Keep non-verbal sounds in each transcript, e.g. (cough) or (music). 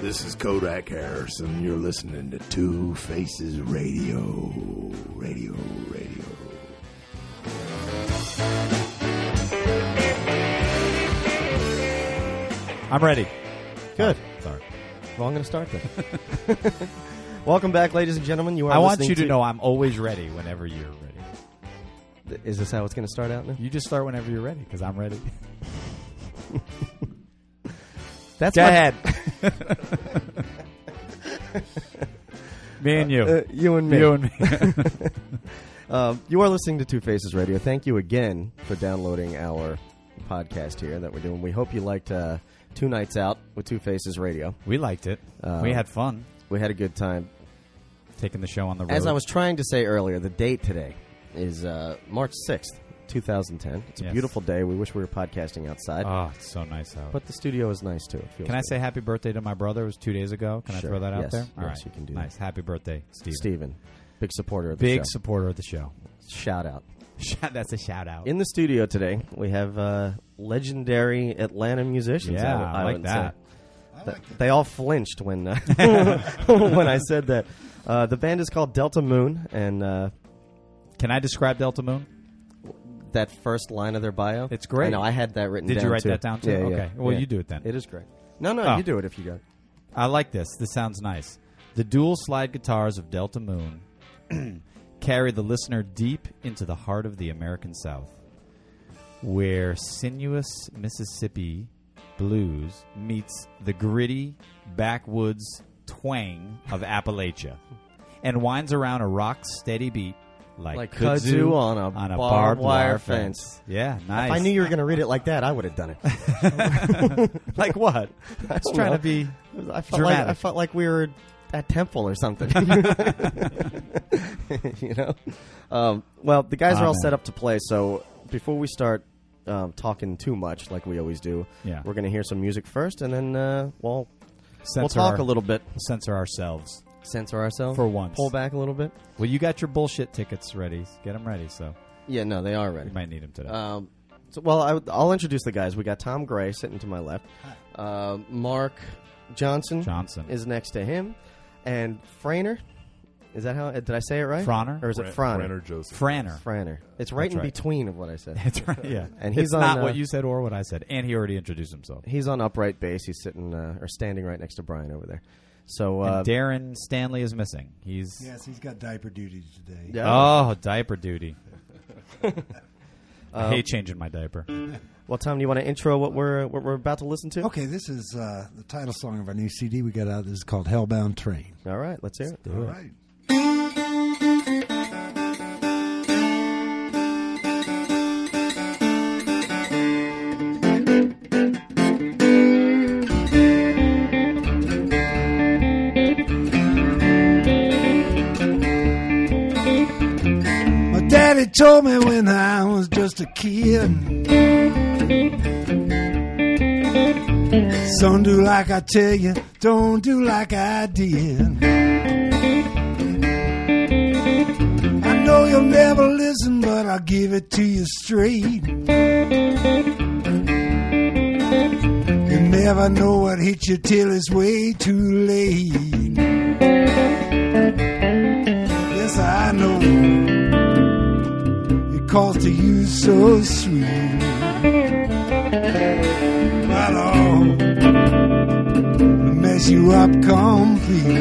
This is Kodak Harris, and you're listening to Two Faces Radio. Radio, radio. I'm ready. Good. Sorry. Well, I'm going to start then. (laughs) Welcome back, ladies and gentlemen. You are. I want listening you to know I'm always ready whenever you're ready. Is this how it's going to start out now? You just start whenever you're ready because I'm ready. That's Go (laughs) my- ahead. (laughs) me and you. Uh, you and me. You and me. (laughs) Um, you are listening to Two Faces Radio. Thank you again for downloading our podcast here that we're doing. We hope you liked uh, Two Nights Out with Two Faces Radio. we liked it. Uh, we had fun We had a good time. taking the show on the road. As I was trying to say earlier, the date today is uh, March 6th, 2010. It's a Yes. beautiful day. We wish we were podcasting outside. Oh, it's so nice out. but the studio is nice too. It feels Can I good. say happy birthday to my brother? It was two days ago. Can Sure. I throw that out Yes. there? Yes, All right. you can do that. Nice. Happy birthday, Steve. Steven, big supporter of the Big show. supporter of the show. (laughs) Shout out. Shout- That's a shout out. In the studio today, we have uh, legendary Atlanta musicians. Yeah, would- I like would that. say. Th- they all flinched when uh, (laughs) (laughs) when I said that. Uh, the band is called Delta Moon, and uh, Can I describe Delta Moon? that first line of their bio. It's great. I know, I had that written Did you down. write too. that down, too? Yeah, yeah, Okay. Well, yeah. you do it then. It is great. No, no, Oh. you do it if you got it. I like this. This sounds nice. The dual slide guitars of Delta Moon (clears throat) carry the listener deep into the heart of the American South, where sinuous Mississippi blues meets the gritty backwoods twang of Appalachia and winds around a rock steady beat like, Like kudzu on a barbed wire fence. Yeah, nice. If I knew you were going to read it like that, I would have done it. I (laughs) (laughs) like what? I was don't trying know. to be I felt, like, dramatic. I felt like we were at Temple (laughs) or something. (laughs) you know? Um, well, the guys are all Amen. set up to play, so before we start um, talking too much, like we always do, Yeah. we're going to hear some music first, and then uh, we'll, we'll censor talk our- a little bit, censor ourselves. censor ourselves. For once. Pull back a little bit. Well, you got your bullshit tickets ready. Get them ready, so Yeah, no, they are ready. you might need them today. Um, so, well, I, would- I'll introduce the guys. We got Tom Gray sitting to my left. Uh, Mark Johnson, Johnson. is next to him, and Frainer. Is that how? uh, Did I say it right? Frauner? or is it Franer? Brenner Joseph. Franner. Frainer. It's right That's in right. between of what I said. (laughs) That's right. Yeah, (laughs) And he's It's on, not uh, what you said or what I said, and he already introduced himself. He's on upright bass. He's sitting uh, or standing right next to Brian over there. So uh, and Darren Stanley is missing. He's Yes, he's got diaper duties today. yeah. oh diaper (laughs) duty. Uh, I hate changing my diaper. Well, Tom, do you want to intro what we're what we're about to listen to? Okay, this is uh, the title song of our new CD we got out. This is called Hellbound Train. All right, let's hear it. All right. My daddy told me when I was just a kid. Son, do like I tell you, don't do like I did. I know you'll never listen, but I'll give it to you straight. You never know what hit you till it's way too late. Yes, I know it calls to you so sweet. But oh, mess you up completely.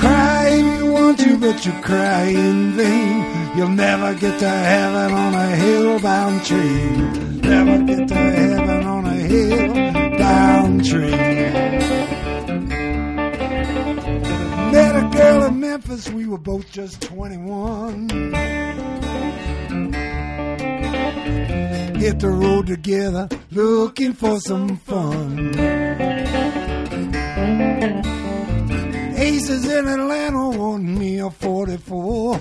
Cry if you want to, but you cry in vain. You'll never get to heaven on a hillbound train. Never get to heaven on a hillbound train. Met a girl in Memphis, we were both just 21. Hit the road together, looking for some fun. Aces in Atlanta want me a 44.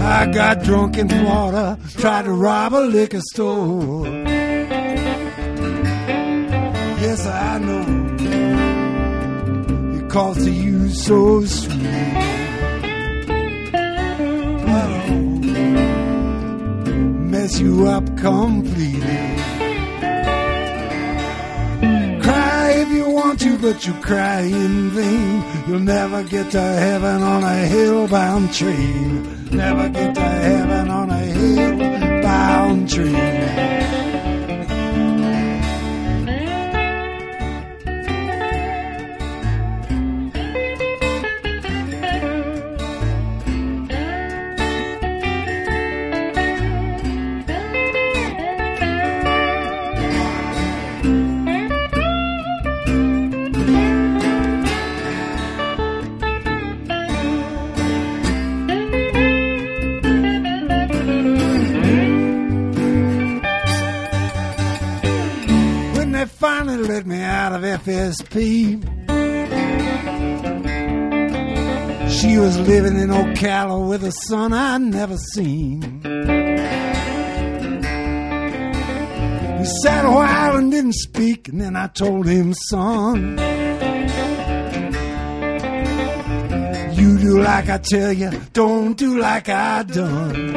I got drunk in Florida, tried to rob a liquor store. Yes, I know it calls to you so sweet. But I'll mess you up completely. want you, but you cry in vain. You'll never get to heaven on a hillbound train. Never get to heaven on a hillbound train. when they finally let me out of FSP. She was living in Ocala with a son I'd never seen. We sat a while and didn't speak, and then I told him, son, you do like I tell you, don't do like I done.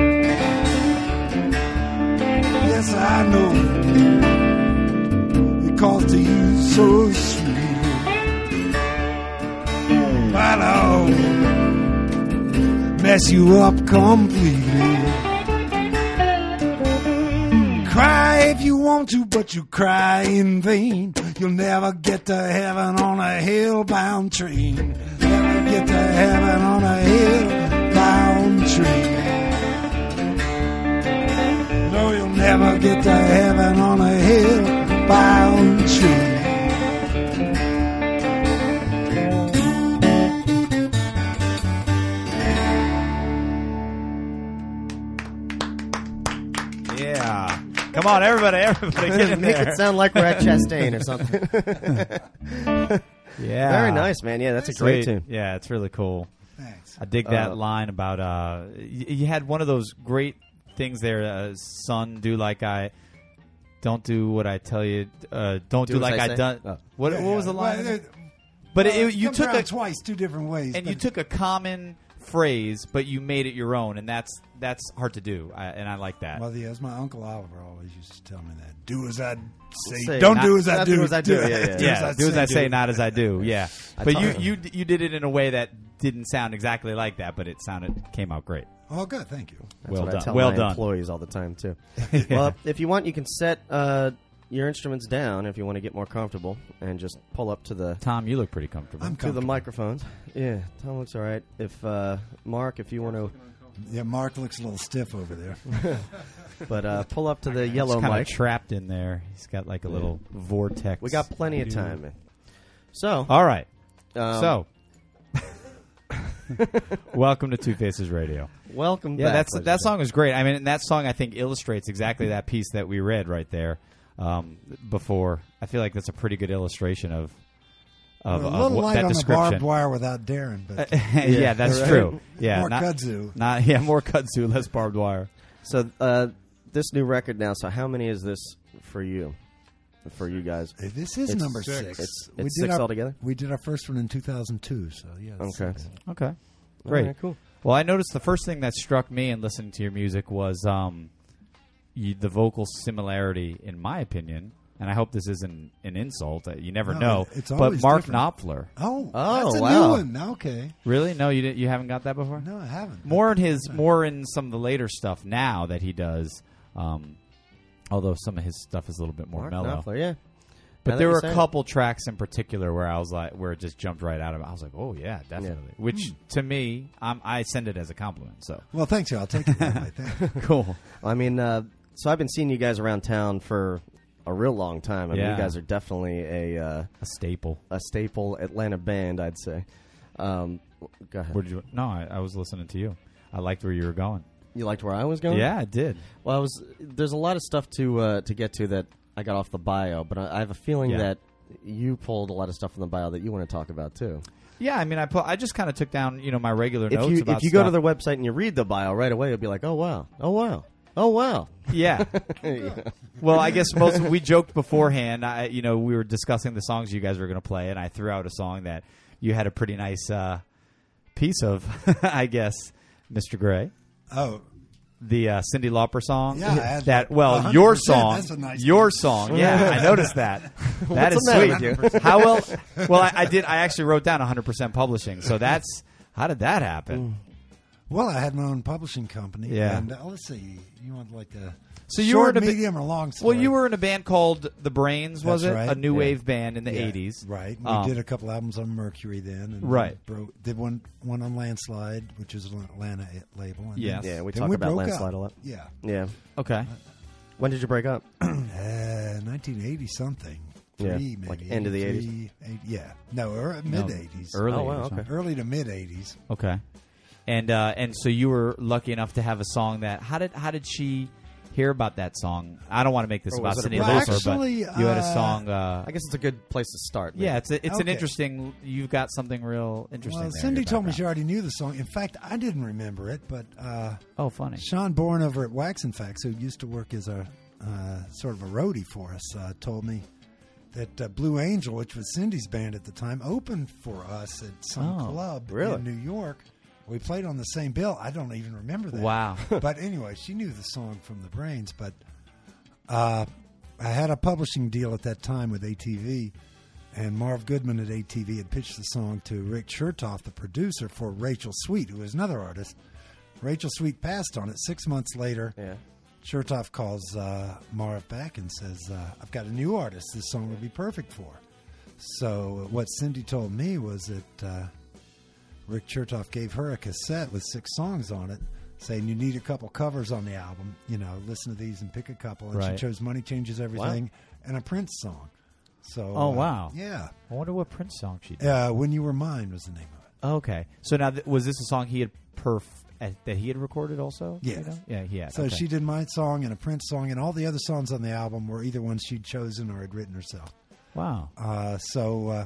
Yes, I know it calls to you so sweet. But I'll mess you up completely. Cry if you want to, but you cry in vain. You'll never get to heaven on a hillbound train. Never get to heaven on a hillbound train. No, you'll never get to heaven on a hill bound tree. Yeah. Come on, everybody, everybody, get in Make there. it sound like (laughs) we're at Chastain or something. yeah. (laughs) Very nice, man. Yeah, that's a great Sweet. tune. Yeah, it's really cool. Thanks. I dig that Uh, line about uh, y- you had one of those great things there, uh, son. Do like I, don't do what I tell you. Uh, don't do, as like I I, say? done. Oh. What, what was the Well, line? it- but well, it, you comes took around a twice two different ways, and but you took a common phrase, but you made it your own, and that's that's hard to do. I, and I like that. Well, yeah, it's my uncle Oliver always used to tell me that. Do as I say. Say, don't not- do as I not do. do as I do. Yeah, yeah, yeah, do as I say, do. not as I (laughs) do. Yeah, I but taught you him. you you did it in a way that didn't sound exactly like that, but it sounded came out great. Oh, good. Thank you. That's well what I done. tell Well my done. employees all the (laughs) time too. Well, if you want, you can set uh, your instruments down if you want to get more comfortable, and just pull up to the Tom, you look pretty comfortable. I'm to the comfortable. microphones. Yeah, Tom looks all right. If uh, Mark, if you want to, Yeah, Mark looks a little stiff (laughs) over there. but uh, pull up to the yellow He's kinda mic. trapped in there. He's got like a little vortex. We got plenty of time. man. So, All right. um, Oh, (laughs) so, welcome to Two Faces Radio. welcome. Yeah, back, that's ladies that and song is great. I mean, and that song I think illustrates exactly that piece that we read right there um, before. I feel like that's a pretty good illustration of of, We're a of little what- light that on the description. barbed wire without Darren, (laughs) (laughs) but yeah, that's right. true. Yeah, More not, kudzu. Not (laughs) yeah, more kudzu, less barbed wire. gentlemen. So, uh, this new record now. So, how many is this for you? For you guys, this is It's number six. six. It's- We it's did six our- altogether? We did our first one in 2002, so yeah. it's Okay. six. Okay, great. All right, cool. Well, I noticed the first thing that struck me in listening to your music was um, you, the vocal similarity, in my opinion. And I hope this isn't an insult. uh, You never No, know. it's but always Mark different. Knopfler, Oh, Oh, that's a wow. new one. Okay. really? No, you didn't, you haven't got that before. No, I haven't. More in his, more in some of the later stuff now that he does. Um, although some of his stuff is a little bit more Mark mellow. Knopfler, yeah. But Now that there you were say a it. couple tracks in particular where I was like, where it just jumped right out of. I was like, oh yeah, definitely. Which to me, I'm, I send it as a compliment. So Well, thanks, you. I'll take it. That way. Thank (laughs) you. cool. I mean, uh, so I've been seeing you guys around town for a real long time. I mean, Yeah. you guys are definitely a uh, A staple. a staple Atlanta band, I'd say. Um, w- go ahead. Where did you? No, I, I was listening to you. I liked where you were going. You liked where I was going? Yeah, I did. Well, I was. There's a lot of stuff to uh, to get to that I got off the bio, but I, I have a feeling Yeah. that you pulled a lot of stuff from the bio that you want to talk about too. Yeah, I mean, I pu- I just kind of took down you know my regular If notes you about if you stuff. go to their website and you read the bio right away, you'll be like, oh wow, oh wow, oh (laughs) wow. yeah. well, I guess most we joked beforehand. I, you know, we were discussing the songs you guys were going to play, and I threw out a song that you had a pretty nice uh, piece of, (laughs) I guess, Mr. Gray. Oh, the uh, Cindy Lauper song. Yeah, I had that like well, your 100%, song, that's a nice your thing. (laughs) song. Yeah, I noticed that. That is What's the matter sweet. with you? (laughs) How well? Well, I, I did. I actually wrote down 100 percent publishing. So that's how did that happen? Mm. Well, I had my own publishing company. Yeah. And uh, let's see, you want like a So you short, were in a ba- medium, or long story? Well, you were in a band called The Brains, was That's it? right. A new Yeah. wave band in the Yeah, 80s. right? We Um, did a couple albums on Mercury then, and Right. Bro- did one one on Landslide, which is an Atlanta eh, label. And Yes. then- Yeah, we then talk about broke Landslide up. a lot. Yeah, (clears throat) Yeah. Okay. When did you break up? uh, nineteen eighty something. Three, Yeah, maybe like end of the 80s. 83, Eight, yeah, no, er, No, mid eighties, Early. Oh, wow, or something. okay. early to mid eighties. Okay. And uh, and so you were lucky enough to have a song that how did how did she hear about that song? I don't want to make this Or about was it a Cindy Well, Lauper, but actually, you had a uh, song. Uh, (coughs) I guess it's a good place to start. maybe. yeah, it's a, it's an Okay. interesting. You've got something real interesting. Well, there in Cindy your told me she background. already knew the song. In fact, I didn't remember it, but uh, Oh, funny. Sean Bourne over at Wax and Facts, who used to work as a uh, sort of a roadie for us, uh, told me that uh, Blue Angel, which was Cindy's band at the time, opened for us at some Oh, club really? in New York. We played on the same bill. I don't even remember that. Wow. (laughs) but anyway, she knew the song from the Brains. But uh, I had a publishing deal at that time with ATV, and Marv Goodman at ATV had pitched the song to Rick Chertoff, the producer for Rachel Sweet, who was another artist. Rachel Sweet passed on it. Six months later, Yeah. Chertoff calls uh, Marv back and says, uh, I've got a new artist this song would be perfect for. So, what Cindy told me was that uh, Rick Chertoff gave her a cassette with six songs on it, saying, You need a couple covers on the album. You know, listen to these and pick a couple. And she Right. chose Money Changes Everything and a Prince song. So, Oh, uh, wow. Yeah. I wonder what Prince song she did. Uh, when You Were Mine was the name of it. Okay. So now th- was this a song he had perf uh, that he had recorded also? you Yes. know? Yeah. Yeah. So she did my song and a Prince song, and all the other songs on the album were either ones she'd chosen or had written herself. Wow. Uh, so, uh,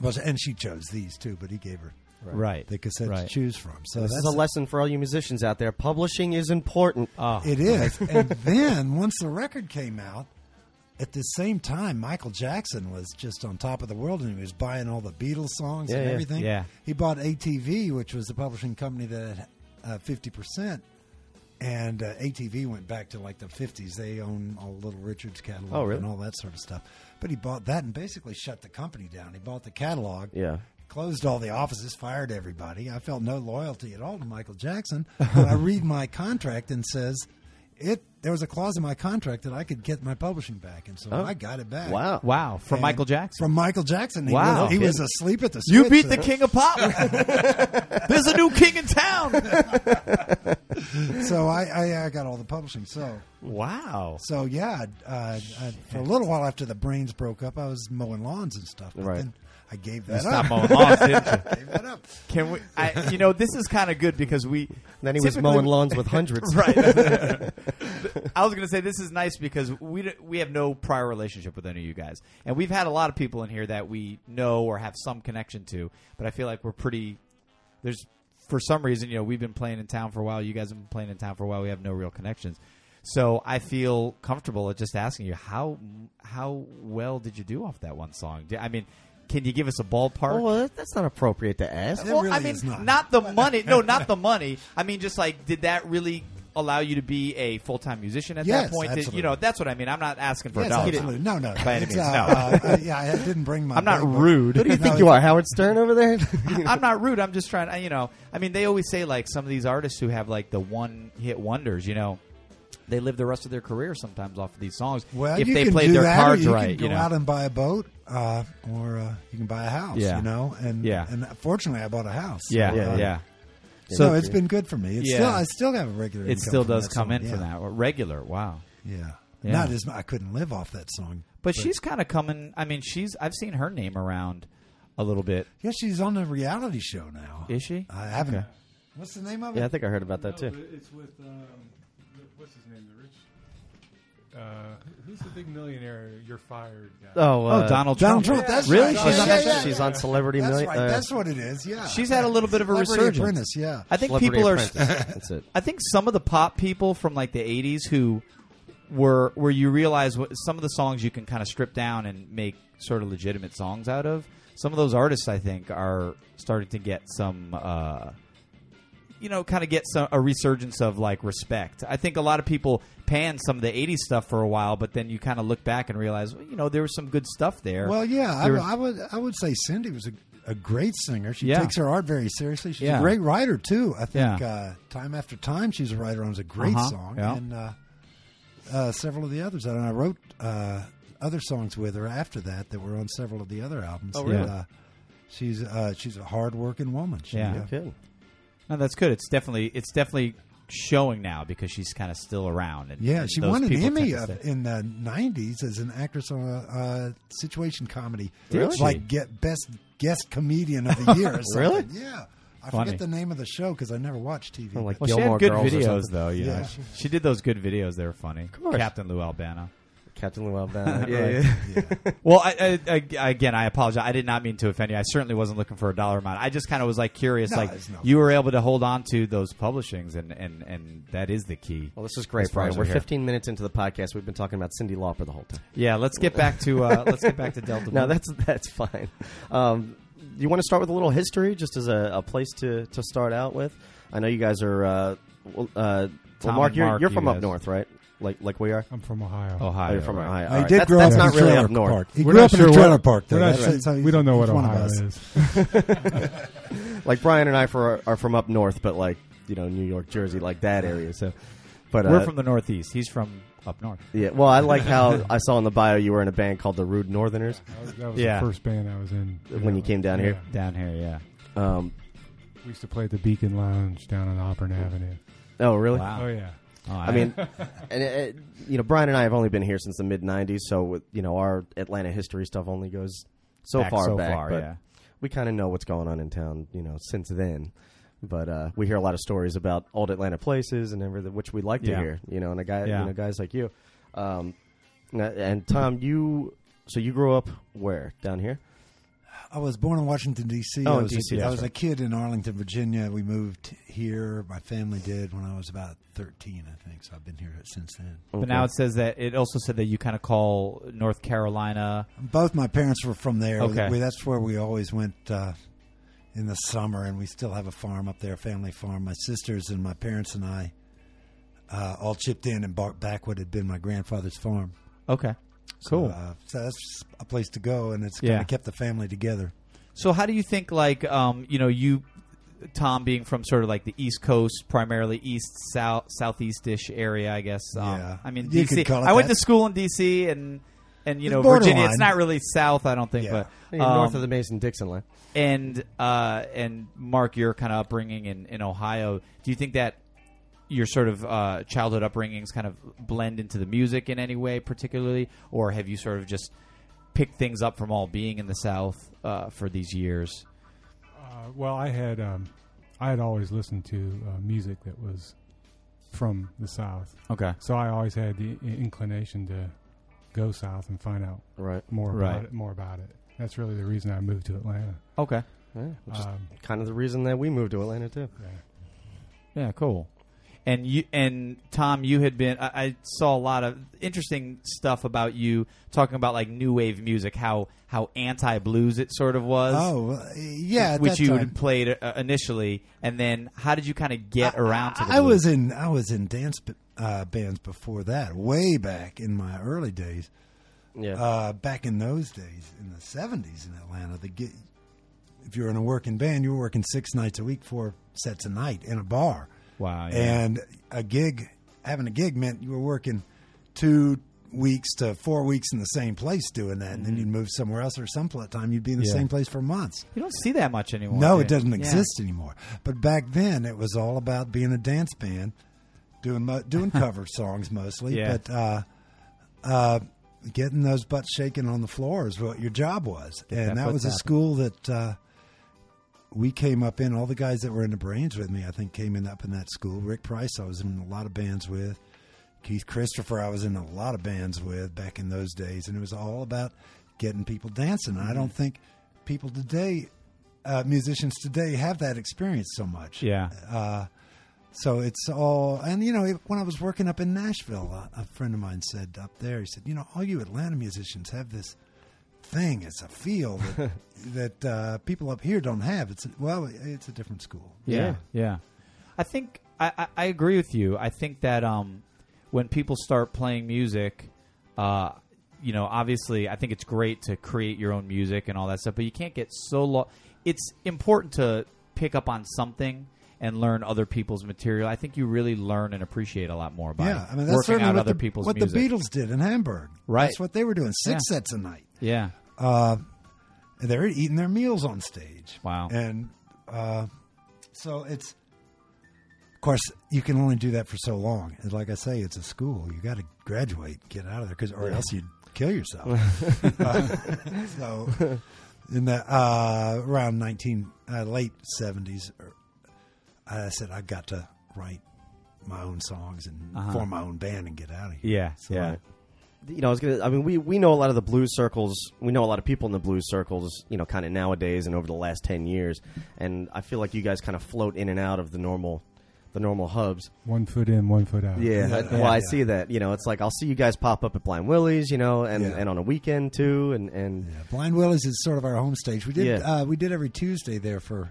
well, and she chose these too, but he gave her Right. the cassette Right. to choose from. So This that's is a lesson for all you musicians out there. Publishing is important. Oh. It is. (laughs) and then once the record came out, at the same time, Michael Jackson was just on top of the world, and he was buying all the Beatles songs Yeah, and yeah, everything. yeah. he bought ATV, which was the publishing company that had uh, fifty percent. And uh, ATV went back to like the fifties. They own all Little Richard's catalog Oh, really? and all that sort of stuff. But he bought that and basically shut the company down. He bought the catalog, Yeah. closed all the offices, fired everybody. I felt no loyalty at all to Michael Jackson. (laughs) But I read my contract and says it. There was a clause in my contract that I could get my publishing back, and so I got it back. Wow. Oh. wow. From And Michael Jackson. From Michael Jackson. He Wow. Was, he was asleep at the. Switch you beat the king of pop. (laughs) There's a new king in (laughs) town. So I, I, I got all the publishing. So wow. so yeah. Uh, I, for a little while after the brains broke up, I was mowing lawns and stuff. But Right. Then I gave that Stop up. mowing lawns, didn't you? (laughs) I gave that up. Can we? I, you know, this is kind of good because we. Then he was typically- mowing lawns with (laughs) hundreds. Right. I was going to say this is nice because we d- we have no prior relationship with any of you guys, and we've had a lot of people in here that we know or have some connection to, but I feel like we're pretty. There's for some reason, you know, we've been playing in town for a while. You guys have been playing in town for a while. We have no real connections, so I feel comfortable at just asking you how how well did you do off that one song? Do- I mean, can you give us a ballpark? Oh, well, that- that's not appropriate to ask. It well, really I mean, is not. (laughs) the money. No, not the money. I mean, just like, did that really allow you to be a full time musician at Yes, that point? Did- absolutely. you know, that's what I mean. I'm not asking for a Yes, dollar. absolutely. No, no. By any It's, means, uh, no. uh, I- yeah, I didn't bring my. I'm not big book. rude. Who do (laughs) Who do you think you are, Howard Stern over there? I'm not rude. I'm just trying. I- You know, I mean, they always say like some of these artists who have like the one hit wonders. You know. They live the rest of their career sometimes off of these songs Well, if you they can played do their that, or cards you right. can go you know, out and buy a boat, uh, or uh, you can buy a house. Yeah. You know, and Yeah. and fortunately, I bought a house. yeah, Uh, yeah, yeah. So it's been good for me. It's Yeah. still, I still have a regular. It income still from does that come song. in yeah. from that regular. Wow. Yeah. Yeah. Not as mu- I couldn't live off that song. But, she's kind of coming. I mean, she's. I've seen her name around a little bit. Yeah, she's on a reality show now. Is she? I haven't. Okay. What's the name of it? yeah, I think I heard about that No, too. but It's with um, the, what's his name, the rich. Uh, who's the big millionaire? You're fired. Guy? Oh, uh, oh, Donald Donald Trump. Trump. That's Really? Right. She's yeah, on yeah, that- yeah, she's yeah. on Celebrity That's Million. right. uh, That's what it is. Yeah. She's had a little bit of a resurgence. Celebrity Apprentice, yeah. I think Celebrity people are. Apprentice. (laughs) That's it. I think some of the pop people from like the '80s who were where you realize what, some of the songs you can kind of strip down and make sort of legitimate songs out of. Some of those artists, I think, are starting to get some uh, you know, kind of get some, a resurgence of like respect. I think a lot of people panned some of the '80s stuff for a while, but then you kind of look back and realize, well, you know, there was some good stuff there. Well, yeah, I, There I would I would say Cindy was a, a great singer. She Yeah. takes her art very seriously. She's Yeah. a great writer too. I think Yeah. uh, time after time she's a writer on a great Uh-huh, song yeah. and uh, uh, several of the others. And I wrote uh, other songs with her after that that were on several of the other albums. Oh, really? And, uh, she's uh, she's a hard working woman. She, Yeah. uh, Kidding. No, that's good. It's definitely it's definitely showing now because she's kind of still around. And, Yeah, and she those won an people Emmy tend to of- stay- in the '90s as an actress on a, a situation comedy. Did It's she? Like get best guest comedian of the (laughs) year. Or something. Really? Yeah. I Funny. forget the name of the show because I never watched TV. Kinda like Well, Gilmore she had Girls good or videos something. though. You know, Yeah. she, she did those good videos. They were funny. Of course. Captain Lou Albano. Captain Lou Albano. Right. Yeah, yeah. Well, I, I, I, again, I apologize. I did not mean to offend you. I certainly wasn't looking for a dollar amount. I just kind of was like curious. No, like it's no- you were able to hold on to those publishings, and and and that is the key. Well, this is great, as far Brian. as We're here. 15 minutes into the podcast. We've been talking about Cindy Lauper the whole time. Yeah, let's get back to uh, let's get back to Delta. (laughs) No, Blue. that's that's fine. Um, you want to start with a little history, just as a, a place to, to start out with. I know you guys are. Uh, well, uh, well, and Mark, you're, Mark, you're you from up guys. north, right? Like like we are. I'm from Ohio. Oh, Ohio. you're from right. Ohio. Now, All he right. did that's, grow that's up not in a really trailer up north. Park. He We're grew not up in sure a trailer what- park. Though. we're not That's- sure- that's how he- we don't know what he's one of (laughs) Ohio us. is. Like Brian and I for, are from up north, but like you know New York, Jersey, like that area. So, but uh, We're from the Northeast. He's from up north. yeah. Well, I like how I saw in the bio you were in a band called the Rude Northerners That was, that was Yeah. the first band I was in. when you came down here. Down here, yeah. Um, We used to play at the Beacon Lounge down on Auburn Avenue. oh, really? Wow. Oh, yeah. Oh, I (laughs) mean, and it, you know, Brian and I have only been here since the mid '90s, so with- you know, our Atlanta history stuff only goes so Back far so back. far, but yeah. we kind of know what's going on in town, you know, since then. But uh, we hear a lot of stories about old Atlanta places and everything, which we like to Yeah. hear, you know, and a guy, Yeah. you know, guys like you. Um, and- and Tom, you, so you grew up where down here? I was born in Washington D.C. Oh, I was, DC, a, I that's was a right. kid in Arlington, Virginia. We moved here. My family did when I was about thirteen, I think. So I've been here since then. But now it says that it also said that you kind of call North Carolina. Both my parents were from there. Okay. We- that's where we always went uh, in the summer, and we still have a farm up there, a family farm. My sisters and my parents and I uh, all chipped in and bought back what had been my grandfather's farm. Okay, So, cool. uh, so that's a place to go, and it's Yeah. kind of kept the family together. So how do you think, like, um, you know, you, Tom, being from sort of like the East Coast, primarily East South Southeast-ish area, I guess. Um, Yeah. I mean, You DC. could call it I went that. to school in DC and. And you It's know Virginia, borderline. it's not really South, I don't think, Yeah. but um, north of the Mason Dixon line. and uh, and Mark, your kind of upbringing in, in Ohio, do you think that your sort of uh, childhood upbringings kind of blend into the music in any way, particularly, or have you sort of just picked things up from all being in the South uh, for these years? Uh, well, I had um, I had always listened to uh, music that was from the South, Okay, so I always had the i- inclination to go south and find out Right. more Right. about it. More about it. That's really the reason I moved to Atlanta. okay, Yeah, which is Um, kind of the reason that we moved to Atlanta, too. yeah. yeah, cool. And you and Tom, you had been. I, I saw a lot of interesting stuff about you talking about like new wave music, how how anti blues it sort of was. Oh, well, yeah. at which that you time. had played uh, initially, and then how did you kind of get around to? The I blues? was in I was in dance b- uh, bands before that, way back in my early days. Yeah. Uh, back in those days, in the seventies in Atlanta, the get, if you were in a working band, you were working six nights a week, four sets a night in a bar. wow, yeah. And a gig, having a gig meant you were working two weeks to four weeks in the same place doing that, and then you'd move somewhere else, or some pl- time you'd be in the Mm-hmm. Yeah. same place for months. you don't see that much anymore. No, do it you? doesn't Yeah. exist anymore. But back then, it was all about being a dance band, doing mo- (laughs) doing cover songs mostly. Yeah. But uh, uh, getting those butts shaking on the floor is what your job was, that and that, butt was a tapping. school that uh, we came up in. All the guys that were in the brains with me, I think, came in up in that school. Rick Price, I was in a lot of bands with. Keith Christopher, I was in a lot of bands with back in those days, and it was all about getting people dancing. I don't Mm-hmm. think people today, uh, musicians today, have that experience so much. Yeah. Uh, so it's all, and you know, it- when I was working up in Nashville, uh, a, a friend of mine said up there, he said, you know, all you Atlanta musicians have this thing. It's a feel (laughs) that, that uh, people up here don't have. It's well, it's a different school. yeah, yeah. I think I, I, I agree with you. I think that um, when people start playing music, uh, you know, obviously, I think it's great to create your own music and all that stuff, but you can't get so lost. It's important to pick up on something and learn other people's material. I think you really learn and appreciate a lot more by yeah, I mean that's working certainly out what, other the, people's what the music. Beatles did in Hamburg. Right. that's what they were doing. Six Yeah. sets a night. yeah, And They're eating their meals on stage. Wow. And uh, so it's, of course, you can only do that for so long. And like I say, it's a school. You got to graduate, get out of there, cause, or else you'd kill yourself. Uh, so in the uh, around nineteen uh, late seventies, er, I said I got to write my own songs and form my own band and get out of here. yeah, yeah. you know, I was gonna. I mean, we we know a lot of the blues circles. We know a lot of people in the blues circles. You know, kind of nowadays and over the last ten years. And I feel like you guys kind of float in and out of the normal, the normal hubs. One foot in, one foot out. Yeah, I- well, I see that. You know, it's like I'll see you guys pop up at Blind Willie's. You know, and, Yeah. and on a weekend too. And and Yeah, Blind Willie's is sort of our home stage. We did Yeah. uh, we did every Tuesday there for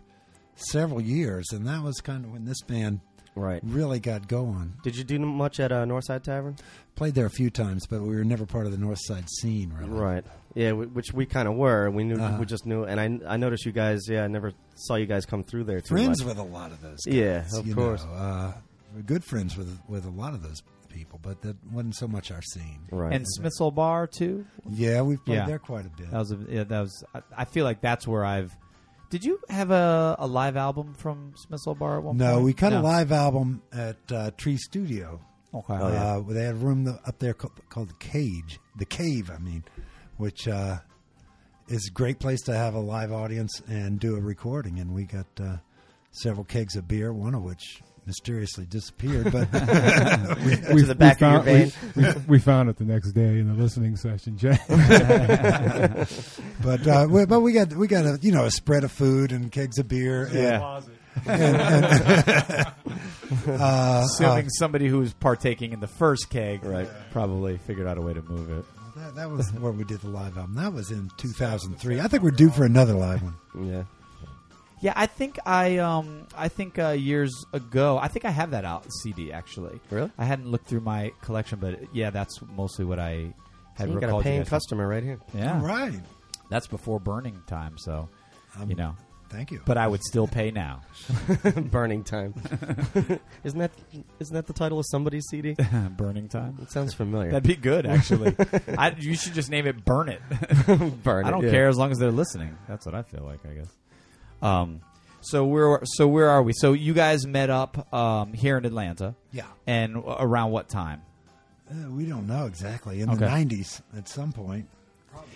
several years, and that was kind of when this band right. really got going. Did you do much at uh, Northside Tavern? Played there a few times, but we were never part of the North Side scene, really. Right. Yeah, w- which we kind of were. We knew. Uh-huh. We just knew. And I I noticed you guys. Yeah, I never saw you guys come through there. Too Friends much. with a lot of those. Guys, Yeah, of you course. know, uh, we're good friends with with a lot of those people, but that wasn't so much our scene. Right. And Smithsel Bar too. Yeah, we've played Yeah. there quite a bit. That was a, yeah, that was. I, I feel like that's where I've. Did you have a, a live album from Smithsel Bar at one point? no, we cut No. a live album at uh, Tree Studio. Okay. Oh, yeah. uh, they had a room tha- up there called, called the Cage, the Cave, I mean, which uh, is a great place to have a live audience and do a recording. And we got uh, several kegs of beer, one of which mysteriously disappeared. But (laughs) to the back of your van. uh, We, we, we found it the next day in the listening session. Jack. but uh, we, but we got we got a you know a spread of food and kegs of beer. Yeah. uh, Assuming somebody who was partaking in the first keg Right. probably figured out a way to move it. And uh, that, that was where we did the live album. That was in 2003. I think we're due for another live one. Yeah. Yeah, I think I um I think uh, years ago I think I have that out CD actually. Really? I hadn't looked through my collection, but yeah, that's mostly what I had You got a recalled. you paying guys. customer right here. Yeah, Right. Um, that's before burning time, so you know. Thank you. But I would still pay now. Burning (laughs) time. isn't that isn't that the title of somebody's CD? burning time. It sounds familiar. That'd be good, actually. I, you should just name it "Burn It." Burn I it, don't yeah. care as long as they're listening. That's what I feel like, I guess. Um, so where so where are we? So you guys met up um, here in Atlanta, Yeah. and w- around what time? Uh, we don't know exactly. In Okay. the 90s at some point.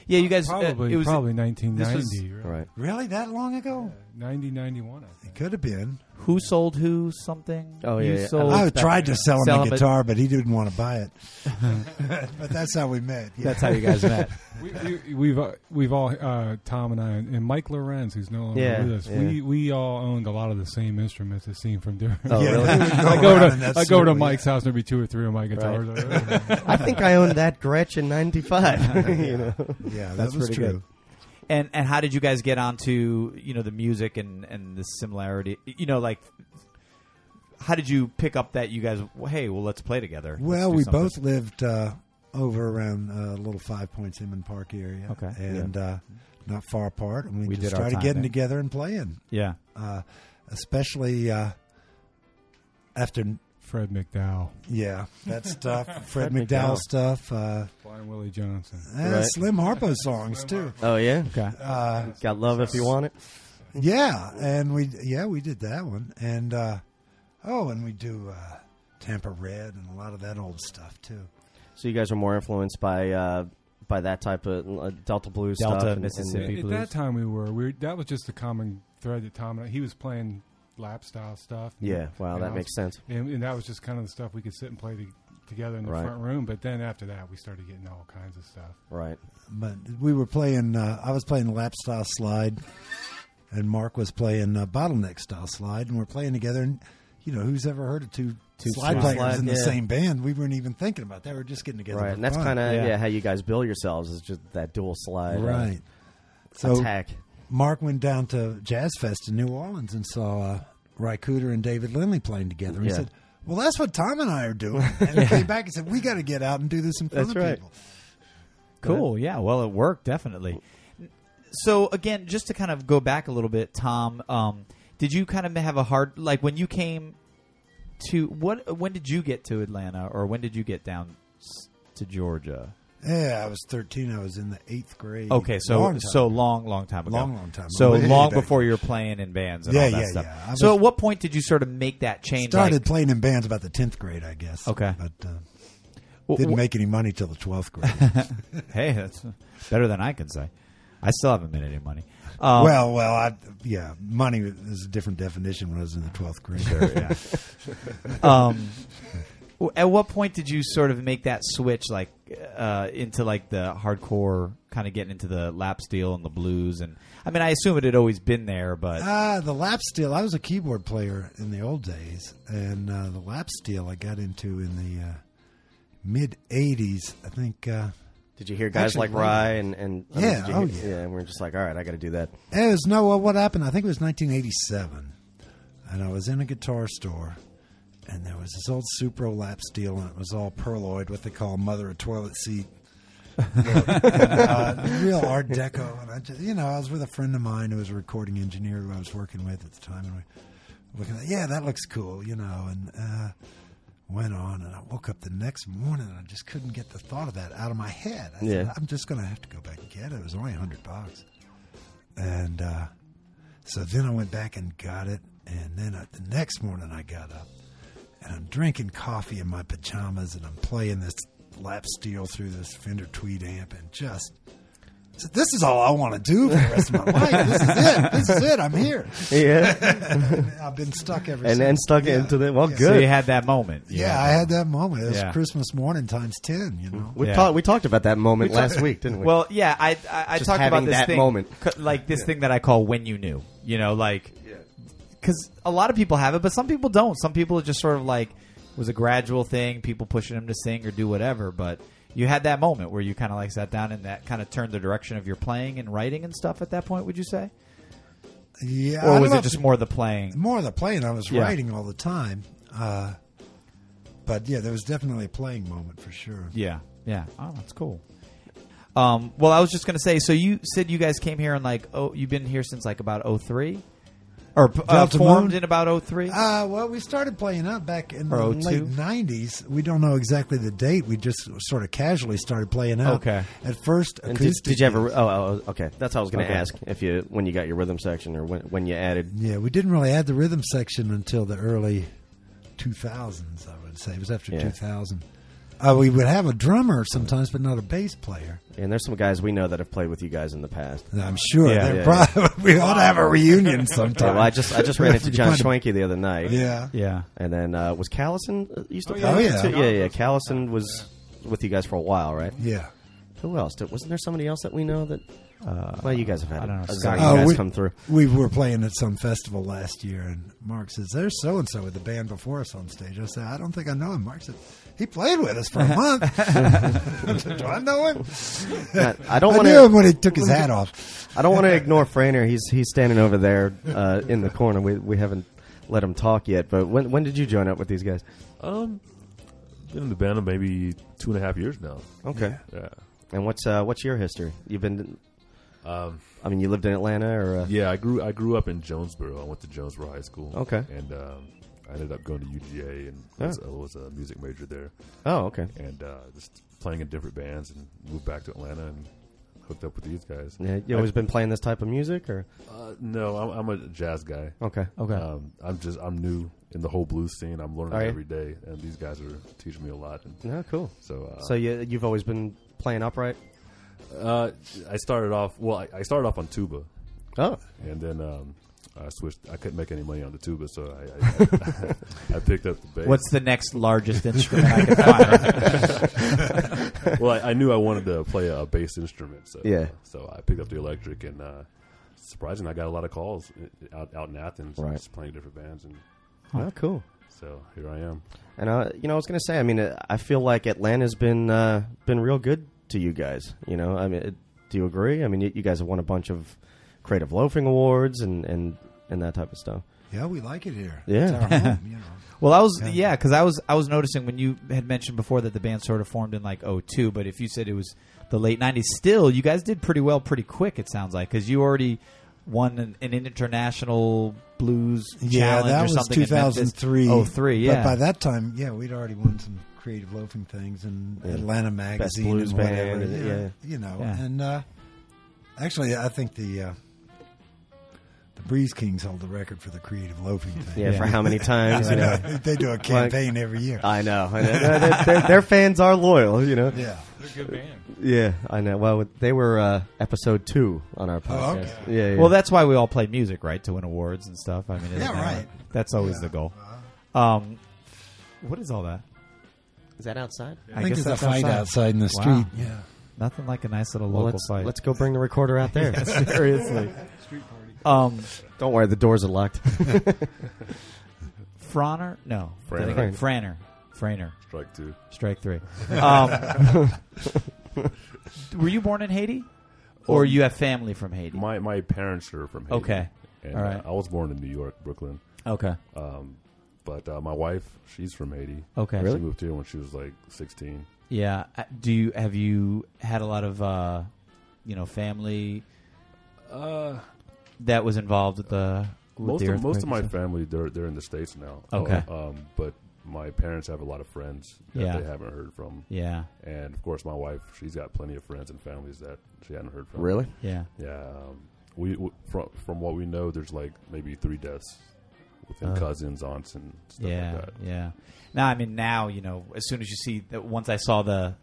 Yeah, you guys. uh, probably it was probably this 1990. was- All right. Really? That long ago? 90, 91, I think. It could have been. who sold who something. Oh, yeah, You yeah. sold- I tried to sell him Sell a him a- guitar, but he didn't want to buy it. (laughs) but that's how we met. Yeah. That's how you guys met. we, we, we've uh, we've all uh, Tom and I and Mike Lorenz, who's no longer Yeah, with us. yeah. We we all owned a lot of the same instruments as seen from Duran. Oh, Yeah, really? we would (laughs) I go around and to that's I go to certainly- Mike's house. There'd be two or three of my guitars. I think I owned that Gretchen 95. (laughs) you know. (laughs) Yeah, that was pretty true. good. And and how did you guys get onto you know the music and and the similarity? You know, like how did you pick up that you guys? well, Hey, well, let's play together. Let's Well, do we something. both lived uh, over around uh, little Five Points Inman Park area. Okay. And uh, not far apart. And we, We just did our started time getting there. together and playing, yeah. uh, especially uh, after, (laughs) Fred McDowell, yeah, (laughs) that stuff, Fred Fred, McDowell, McDowell. stuff, uh, Blind Willie Johnson. and Right. Slim Harpo songs, too. Oh yeah. Okay. Uh, Got love if you want it. Yeah, and we yeah we did that one, and uh, oh, and we do uh, Tampa Red and a lot of that old stuff too. So you guys are more influenced by uh, by that type of uh, Delta blues Delta, stuff. and- uh, Mississippi. At blues. that time, we were we were- that was just the common thread that Tom and I, he was playing lap style stuff. yeah. Wow, And I that was- makes sense. And, and that was just kind of the stuff we could sit and play to, together in the Right. front room. But then after that, we started getting all kinds of stuff. Right. But we were playing. Uh, I was playing lap style slide, and Mark was playing uh, bottleneck style slide, and we're playing together. And you know, who's ever heard of two, Two slide slide- players in the yeah. same band? We weren't even thinking about that. We are just getting together. Right. for And that's fun. kind of Yeah. yeah. how you guys bill yourselves is just that dual slide uh, right. So attack. Mark went down to Jazz Fest in New Orleans and saw uh, Rycooter and David Lindley playing together. He Yeah. said, "Well, that's what Tom and I (laughs) are doing." And he came back and said, "We got to get out and do this in front That's of right. people." Cool. Yeah. Well, it worked definitely. So again, just to kind of go back a little bit, Tom, um, did you kind of have a hard like when you came to what? When did you get to Atlanta, or when did you get down s- to Georgia? Yeah, I was 13. I was in the eighth grade. Okay, so Long time. so long, long time ago, Long, long time So ago. Way long back. before you were playing in bands and Yeah, all that yeah, stuff. yeah. I So was- at what point did you sort of make that change? started like- playing in bands about the 10th grade, I guess. Okay. but uh, Wh- didn't wh- make any money till the 12th grade. hey, that's better than I can say. I still haven't made any (laughs) money. (laughs) Um, well, well, I yeah, money is a different definition when I was in the 12th grade. yeah. um, w- at what point did you sort of make that switch, like uh, into like the hardcore, kind of getting into the lap steel and the blues? And I mean, I assume it had always been there, but Ah, the lap steel. I was a keyboard player in the old days, and uh, the lap steel I got into in the uh, mid '80s. I think. Uh, Did you hear guys like Actually, really- Rye and, and I mean, Yeah, did you oh, hear- yeah. yeah, and we are just like, all right, I got to do that. It was no. Well, what happened? I think it was 1987, and I was in a guitar store, and there was this old Supro lap steel, and it was all perloid, what they call mother of toilet seat, uh, real Art Deco. And I just, you know, I was with a friend of mine who was a recording engineer who I was working with at the time, and we were looking at, yeah, that looks cool, you know, and. uh Went on, and I woke up the next morning, and I just couldn't get the thought of that out of my head. I Yeah. said, I'm just going to have to go back and get it. It was only hundred bucks and uh, so then I went back and got it, and then uh, the next morning I got up, and I'm drinking coffee in my pajamas, and I'm playing this lap steel through this Fender Tweed amp, and just I said, this is all I want to do for the rest of my life. This is it. This is it. I'm here. Yeah, And I've been stuck ever (laughs) since. and then stuck Yeah. into the well, good. so you had that moment. You Yeah, had I had that moment. It was Yeah. Christmas morning times ten. You know. we Yeah. talked we talked about that moment last week, didn't we? Well, yeah, I I, I Just talked about having this that thing, moment. c- like this thing that I call when you knew. You know, like because a lot of people have it, but some people don't. Some people are just sort of like it was a gradual thing, people pushing them to sing or do whatever. But you had that moment where you kind of like sat down and that kind of turned the direction of your playing and writing and stuff. At that point, would you say, Yeah. I or don't was know it if just more the playing? more of the playing. I was Yeah. writing all the time. Uh, but yeah, there was definitely a playing moment for sure. Yeah, yeah. Oh, that's cool. Um, well, I was just gonna say. So you said you guys came here in like oh, you've been here since like about 03? or uh, Delta formed Moon? in about 03? Uh, well, we started playing up back in the Or 02? late '90s. We don't know exactly the date. We just sort of casually started playing out. Okay. At first, And did, acoustic. did you ever? Oh, oh, okay. That's how I was going to Okay. ask if you when you got your rhythm section or when, when you added. Yeah, we didn't really add the rhythm section until the early 2000s. I would say it was after Yeah. 2000. Uh, we would have a drummer sometimes, but not a bass player. And there's some guys we know that have played with you guys in the past. I'm sure. Yeah, They're yeah, probably- (laughs) we ought to have (laughs) a reunion sometime. Well, I just I just ran (laughs) into You John might have- Schwenke the other night. Yeah. Yeah. And then uh, was Callison uh, used to Oh, play? yeah. Oh, with you yeah. too? yeah, yeah. Callison was with you guys for a while, right? Yeah. Who else? Did- Wasn't there somebody else that we know that? uh, well, you guys have had I don't know, a Scott. zillion Uh, guys we- come (laughs) through. We were playing at some festival last year, and Mark says, "There's so and so with the band before us on stage." I said, "I don't think I know him." Mark said, "He played with us for a (laughs) month." (laughs) I said, Do I know him? Not- I don't I want knew him to. when he took his hat off. I don't want to ignore Frainer. He's he's standing over there uh, in the corner. We we haven't let him talk yet. But when when did you join up with these guys? Um, been in the band maybe two and a half years now. Okay. Yeah. And what's uh, what's your history? You've been. I mean, you lived in Atlanta, or uh, Um, Yeah, I grew I grew up in Jonesboro. I went to Jonesboro High School. Okay. And um, I ended up going to UGA and Oh. was, I was a music major there, oh, okay. and uh, just playing in different bands, and moved back to Atlanta and hooked up with these guys. Yeah, you I- always been playing this type of music, or uh, no, I'm, I'm a jazz guy. okay, Okay. Um, I'm just I'm new in the whole blues scene. I'm learning All right. every day, and these guys are teaching me a lot. And yeah, cool. so, uh, So you you've always been playing upright. uh, I started off. Well, I, I started off on tuba. Oh, and then um, I switched. I couldn't make any money on the tuba, so I I, (laughs) I picked up the bass. What's the next largest instrument I can find? well, I, I knew I wanted to play a bass instrument, so Yeah. So I picked up the electric, and uh, surprising, I got a lot of calls i- out out in Athens, Right. just playing different bands, and oh, cool. so here I am. And uh, you know, I was gonna say, I mean, uh, I feel like Atlanta's been uh, been real good to you guys. You know, I mean, uh, do you agree? I mean, you, you guys have won a bunch of creative loafing awards and and and that type of stuff. Yeah, we like it here. Yeah. It's our home, you know. (laughs) Well, I was Yeah. yeah, because I was I was noticing when you had mentioned before that the band sort of formed in like '02, but if you said it was the late '90s, still you guys did pretty well, pretty quick. It sounds like because you already won an, an international blues Yeah, challenge that or was something. in Memphis. 2003. Oh three, yeah. But by that time, yeah, we'd already won some creative loafing things in Atlanta magazine, blues and band, whatever. and it- yeah, yeah. you know. Yeah. And uh, actually, I think the uh, the Breeze Kings held the record for the creative (laughs) loafing thing. (laughs) Yeah, for how many times? You know, they do a campaign every year. (laughs) I know. (laughs) I know. Their- their- their- their fans are loyal. You know. yeah, They're a good band. Yeah, I know. Well, they were uh, episode two on our Oh, podcast. okay. Yeah, yeah. Well, that's why we all play music, right? To win awards and stuff. I mean, isn't Yeah, that right. Uh-huh. That's always the goal. Um, what is all that? is that outside. I, think guess that's there's a fight outside. outside. in the Wow. street. Yeah, Nothing like a nice little Well, local let's fight. let's go bring the recorder out (laughs) there. (laughs) seriously. Street party. Um, Don't worry, the doors are locked. Franner? No. Franner. Did I get- Franner. Franner. Strike two. Strike (laughs) three. Um, were you born in Haiti, or you have family from Haiti? My my parents are from Haiti. Okay. And, All right. uh, I was born in New York, Brooklyn. okay. But uh, my wife, she's from Haiti. Okay. She moved here when she was like 16. Yeah. Uh, Do you have you had a lot of uh, you know family Uh, that was involved with the with most the of, most of my earthquake and stuff? family they're they're in the states now. Okay. Uh, um, but my parents have a lot of friends that Yeah. they haven't heard from, Yeah. and of course my wife she's got plenty of friends and families that she hadn't heard from. really? Yeah. Yeah. Um, we, w from from what we know, there's like maybe three deaths within Uh. cousins, aunts, and stuff yeah, like that. yeah. Now, I mean, now you know. As soon as you see, that- once I saw the,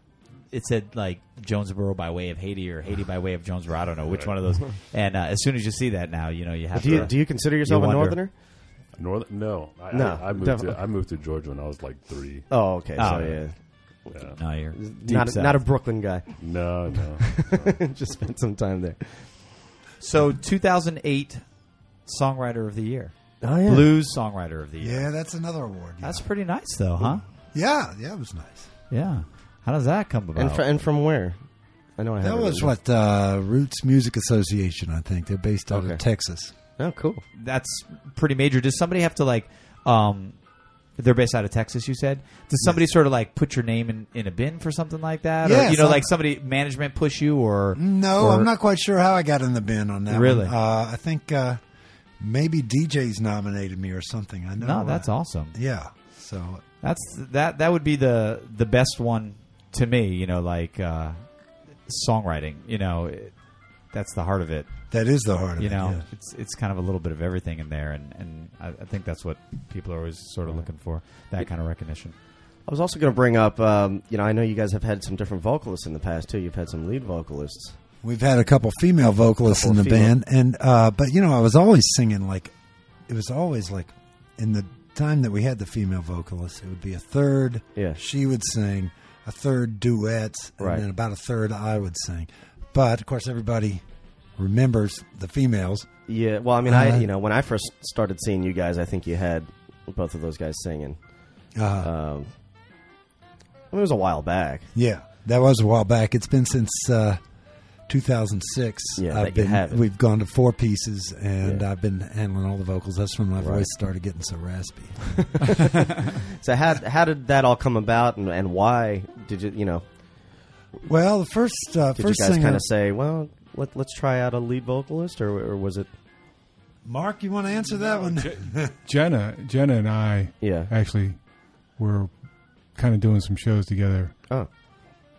it said like Jonesboro by way of Haiti or Haiti by way of Jonesboro. I don't know which one of (laughs) those. And uh, as soon as you see that now, you know you have Do you to. do you consider yourself a wonder. northerner? Northern? No, I, No, I, I moved. definitely. To, I moved to Georgia when I was like three. Oh, okay. Oh, so, yeah. Yeah. no, you're deep Not a, south. not a Brooklyn (laughs) guy. No, no. Just spent some time there. so 2008 Songwriter of the Year, Oh yeah. Blues Songwriter of the Year. yeah, that's another award. Yeah. That's pretty nice, though, huh? yeah, yeah, it was nice. Yeah. How does that come about? And, fr- and from where? I know I That haven't was really- what uh, Roots Music Association, I think. They're based out Okay. of Texas. Oh, cool. that's pretty major. Does somebody have to like? Um, they're based out of Texas. You said. Does somebody sort of like put your name in, in a bin for something like that? or, Yes, you know, I- like somebody management push you or No, or- I'm not quite sure how I got in the bin on that. one. Really? Uh, I think uh, maybe DJ's nominated me or something. I know. No, that's uh, awesome. Yeah. So That's that that would be the the best one to me. You know, like uh, songwriting. You know, it, that's the heart of it. that is the heart of You it. know, yeah. it's it's kind of a little bit of everything in there, and and I, I think that's what people are always sort of looking for that kind of recognition. I was also going to bring up. Um, you know, I know you guys have had some different vocalists in the past too. You've had some lead vocalists. We've had a couple female vocalists Couple in the female. band, and uh, but you know, I was always singing like it was always like in the time that we had the female vocalists, it would be a third. Yeah. she would sing a third duets, and Right. then about a third I would sing. But of course, everybody remembers the females. Yeah. Well, I mean, I Uh, you know when I first started seeing you guys, I think you had both of those guys singing. Uh, Um, I mean, it was a while back. yeah, that was a while back. It's been since. Uh, 2006. Yeah, that you I've been. haven't. We've gone to four pieces, and Yeah. I've been handling all the vocals. That's when my voice started getting so raspy. So how how did that all come about, and, and why did you you know Well, the first uh, did first you guys singer, kind of say, well, let, let's try out a lead vocalist, or, or was it? Mark, you want to answer that one? Jenna, Jenna and I Yeah. actually were kind of doing some shows together, Oh,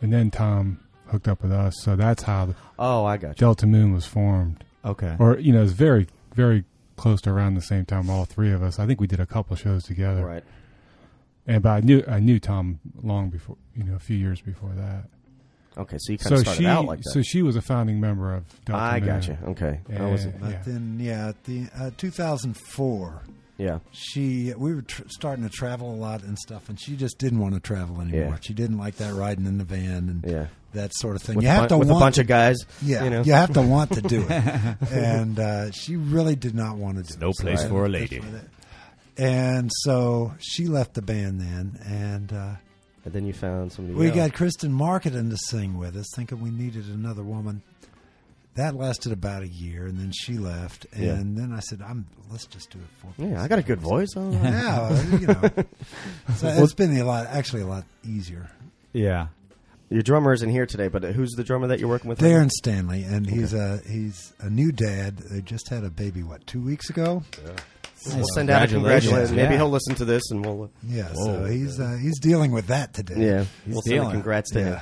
and then Tom hooked up with us. So that's how the oh, I got you. Delta Moon was formed. Okay. Or you know, it's very very close to around the same time. All three of us. I think we did a couple shows together. Right. And but I knew I knew Tom long before you know a few years before that. Okay, so you kind of so started she out like that. so she was a founding member of Delta I Moon. got you. Okay, I was And- But yeah. then, yeah, at the uh, 2004, yeah. she we were tr- starting to travel a lot and stuff, and she just didn't want to travel anymore. Yeah. She didn't like that riding in the van and Yeah. that sort of thing. With, you a, have bun- to with a want bunch to, of guys. yeah, You know. have to want to do (laughs) it, and uh, she really did not want to do it. no place So- for a lady. And so she left the band then, and. Uh, And then you found somebody. We else. got Kristen Marketing to sing with us, thinking we needed another woman. that lasted about a year, and then she left, and Yeah. then I said, "I'm let's just do it for." Yeah, I got a good voice. Oh, Yeah, you (laughs) know. So it's been a lot, actually, a lot easier. Yeah. Your drummer isn't here today, but who's the drummer that you're working with? right Darren Stanley, and he's a he's a new dad. They just had a baby. What two weeks ago? now? We'll send out a congratulations. Maybe Yeah. he'll listen to this, and we'll Yeah. so he's uh, he's dealing with that today. yeah, we'll send a feeling it. congrats to him.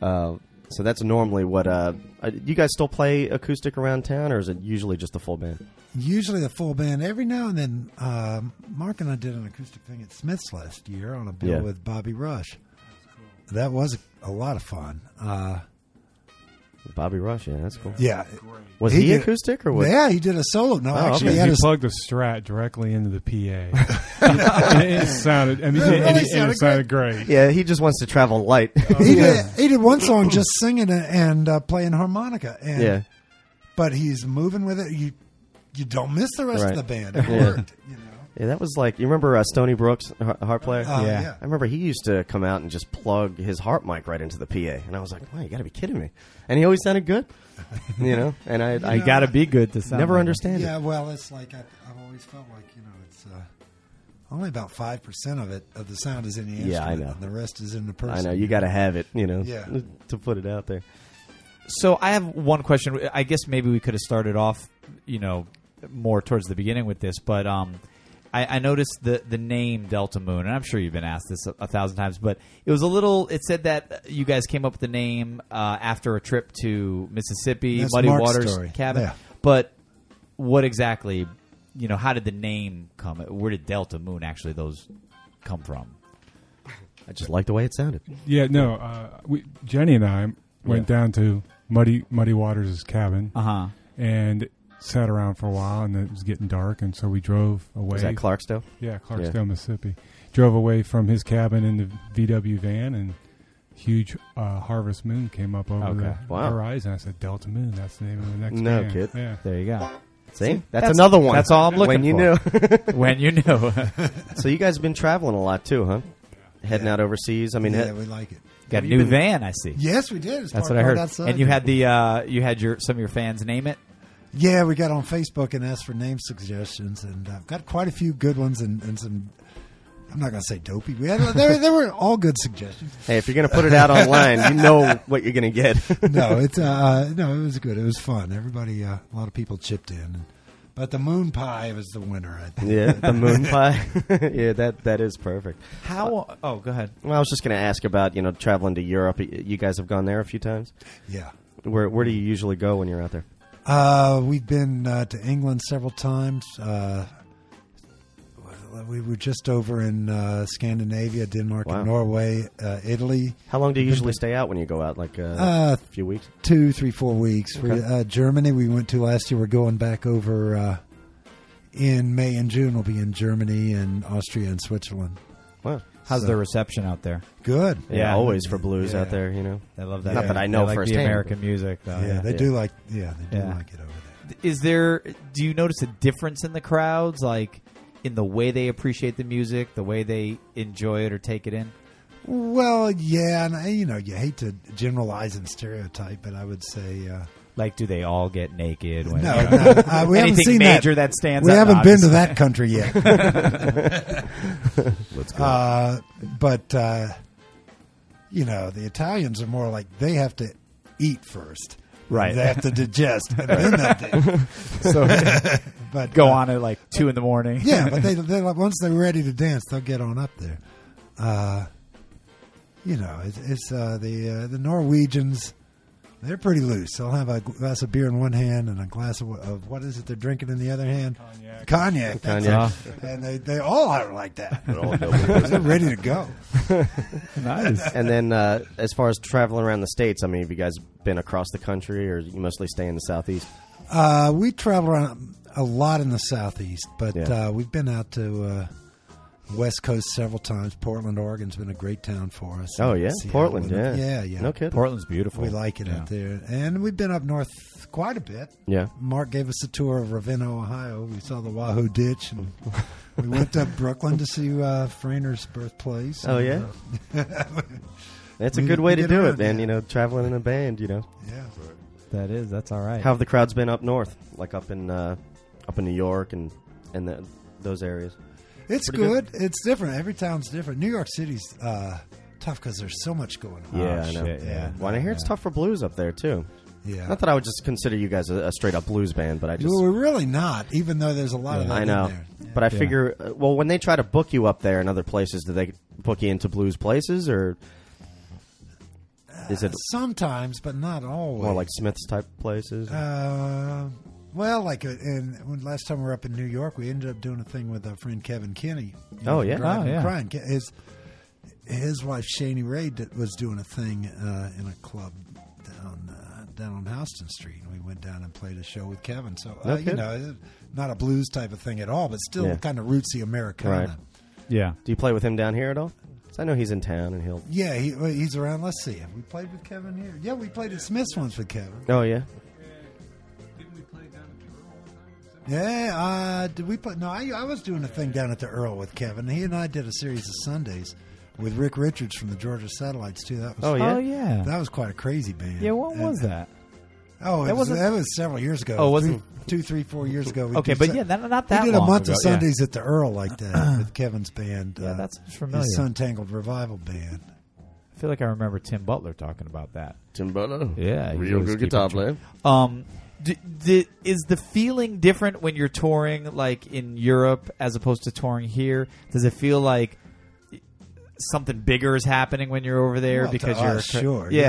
Yeah. Uh, so that's normally what. Uh, uh, you guys still play acoustic around town, or is it usually just the full band? Usually the full band. Every now and then, um, Mark and I did an acoustic thing at Smith's last year on a bill Yeah. with Bobby Rush. That was a, a lot of fun. Uh, Bobby Rush, yeah, that's cool. yeah. Was he, did- acoustic or what? Oh, Yeah, he did a solo. No, actually, okay. he He, had a, plugged a Strat directly into (laughs) the PA. and it sounded. I mean, It really and, it- and sounded it sounded great. Yeah, he just wants to travel light. he did, he did one song just singing it and uh, playing harmonica. (laughs) And, yeah, But he's moving with it. You you don't miss the rest Right. of the band. (laughs) It Yeah. worked. You know? yeah, that was like you remember uh, Stony Brooks, har- harp player. Uh, Yeah. yeah. I remember he used to come out and just plug his harp mic right into the PA, and I was like, "Wow, you got to be kidding me!" And he always sounded good, (laughs) you know. And I, I You got to be good to sound. (laughs) never like- understand Yeah, it. well, it's like I, I've always felt like you know it's uh, only about five percent of it of the sound is in the instrument. Yeah, I know. And the rest is in the I person. know you got to have it, you know, Yeah. (laughs) to put it out there. So I have one question. I guess maybe we could have started off, you know, more towards the beginning with this, but um, I, I noticed the the name Delta Moon, and I'm sure you've been asked this a, a thousand times, but it was a little. It said that you guys came up with the name uh, after a trip to Mississippi, That's Muddy Mark's Waters story. cabin. Yeah. But what exactly? You know, how did the name come? Where did Delta Moon actually those come from? I just like the way it sounded. Yeah, no. Uh, we, Jenny and I went down to Muddy Muddy Waters' cabin Uh-huh. Uh Uh-huh. huh. and sat around for a while, and it was getting dark, and so we drove away. Was that Clarksdale? Yeah, Clarksdale, Mississippi. Drove away from his cabin in the VW van, and huge uh, harvest moon came up over Okay. the Wow. horizon. I said, "Delta Moon." That's the name of the next. No, band. kid. Yeah. There you (laughs) go. See, that's, another one. That's all I'm looking when you for. knew. when you know. (laughs) so you guys have been traveling a lot too, huh? Heading out overseas. I mean, yeah, he- we like it. Got Have a you new been- van, I see. Yes, we did. It's That's parked what I right heard. outside. And you had the uh, you had your some of your fans name it. yeah, we got on Facebook and asked for name suggestions, and I've got quite a few good ones and, and some. I'm not going to say dopey. We had they, they were all good (laughs) suggestions. hey, if you're (laughs) gonna put it out online, you know what you're gonna get. No, it's uh, no, it was good. It was fun. Everybody, uh, a lot of people chipped in, but the moon pie was the winner. I (laughs) think. yeah, the moon pie. (laughs) yeah, that that is perfect. How? Oh, go ahead. Well, I was just going to ask about you know traveling to Europe. Y- You guys have gone there a few times. Yeah. Where where do you usually go when you're out there? Uh, we've been uh, to England several times. Uh, we were just over in uh, Scandinavia, Denmark, Wow. and Norway, uh, Italy. How long do you usually stay out when you go out? Like uh, Uh, a few weeks. Two, three, four weeks. We, Okay. uh, Germany, we went to last year. We're going back over uh, in May and June. We'll be in Germany and Austria and Switzerland. Wow. How's So- the reception out there? Good. Yeah, Yeah. always for blues out Yeah. there. (laughs) You know. I love that. Not that I know They like the firsthand, American music. Though, yeah, yeah. they yeah. do like. Yeah, they do Yeah. like it over there. Is there? Do you notice a difference in the crowds, like in the way they appreciate the music, the way they enjoy it or take it in? Well, yeah, and I, you know, you hate to generalize and stereotype, but I would say. Uh, Like, do they all get naked? When, No, you know, no uh, we haven't anything seen major that. that, stands. we out, haven't been to obviously. that country (laughs) yet, Let's go. uh, but uh, you know the Italians are more like they have to eat first, Right. They have to digest (laughs) and then they'll do. So (laughs) (laughs) But go uh, on at like two in the morning. yeah. But they, they like, once they're ready to dance, they'll get on up there. Uh, you know, it's, it's uh, the uh, the Norwegians. They're pretty loose. They'll have a glass of beer in one hand and a glass of, of what is it they're drinking in the other hand? Cognac. Cognac. that's Kanye. it. And they, they all are like that. All double. They're ready to go. nice. and then uh, as far as traveling around the states, I mean, have you guys been across the country, or you mostly stay in the southeast? Uh, we travel around a lot in the southeast, but Yeah. uh, we've been out to uh, West Coast several times. Portland, Oregon's been a great town for us. Oh yeah, Seattle, Portland. Yeah, and- yeah, yeah. No kidding. Portland's beautiful. We like it Yeah. out there, and we've been up north quite a bit. yeah. Mark gave us a tour of Ravenna, Ohio. We saw the Wahoo Ditch, and (laughs) we went to Brooklyn to see uh, Frainer's birthplace. Oh And, yeah. uh, That's a We- good way we to get do around, it, man. yeah. You know, traveling in a band. You know. yeah. That is. That's all right. How have the crowds been up north, like up in uh, up in New York and and the, those areas? It's Pretty good. good. It's different. Every town's different. New York City's uh, tough because there's so much going on. Oh, Yeah, I know. shit, yeah. Well, and I hear it's tough for blues up there too. Yeah. Not that I would just consider you guys a, a straight up blues band, but I just well, we're really not, even though there's a lot of that I in know. there. Yeah. But I figure, uh, well, when they try to book you up there in other places, do they book you into blues places or Uh, is it Sometimes, but not always. more like Smiths type places? Uh, well, like, uh, and when last time we were up in New York, we ended up doing a thing with our friend Kevin Kinney. You Oh, know, yeah. driving Oh, yeah. and crying. Ke- His his wife Shani Raid that was doing a thing uh, in a club down uh, down on Houston Street, and we went down and played a show with Kevin. So uh, No you kidding. know, it- not a blues type of thing at all, but still Yeah. kind of rootsy Americana. Right. yeah. do you play with him down here at all? 'Cause I know he's in town and he'll. Yeah, he, well, he's around. Let's see. Have we played with Kevin here? Yeah, we played at Smith's once with Kevin. Oh yeah, Yeah, uh, did we put? No, I, I was doing a thing down at the Earl with Kevin. He and I did a series of Sundays with Rick Richards from the Georgia Satellites too. That was Oh, yeah? Oh yeah. that was quite a crazy band. yeah. What was And- uh, that? Oh, it That was, wasn't- that was several years ago. Oh, it wasn't- Three- two, three, four years ago? We Okay, did but Sun- yeah, that, not we that did long a month ago. of yeah. Sundays at the Earl like (clears throat) that with Kevin's band. Yeah, uh, that's familiar. his Suntangled Revival band. I feel like I remember Tim Butler talking about that. Tim Butler. Yeah, he real was good keeping guitar track. player. Um, d- d- is the feeling different when you're touring like in Europe as opposed to touring here? Does it feel like something bigger is happening when you're over there Well, to because us, you're sure, yeah.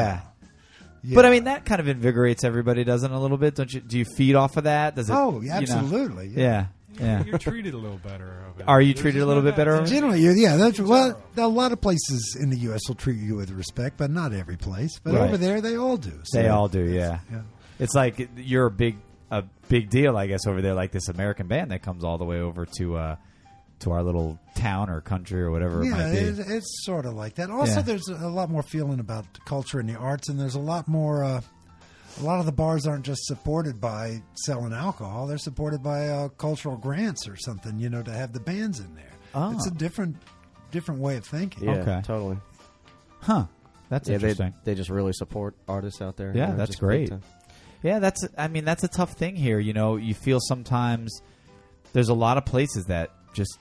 yeah. But Yeah. I mean that kind of invigorates everybody, doesn't it? A little bit, don't you? Do you feed off of that? Does it? oh, you yeah, know- absolutely. yeah, yeah. You're treated a little better. Of it. Are you treated a little bit better? Generally, you- yeah, that's well. A lot of places in the U.S. will treat you with respect, but not every place. But Right. over there, they all do. So, They all do, yeah. Yeah. It's like you're a big a big deal, I guess, over there. Like this American band that comes all the way over to uh, to our little town or country or whatever it Yeah, might be. it, it's sort of like that. Also, Yeah. there's a lot more feeling about the culture and the arts, and there's a lot more. Uh, a lot of the bars aren't just supported by selling alcohol; they're supported by uh, cultural grants or something. You know, to have the bands in there. Ah. It's a different, different way of thinking. Yeah, Okay. totally. Huh? That's yeah, they, interesting. they just really support artists out there. Yeah, you know, that's just big great. time. Yeah, that's. I mean, that's a tough thing here. You know, you feel sometimes there's a lot of places that just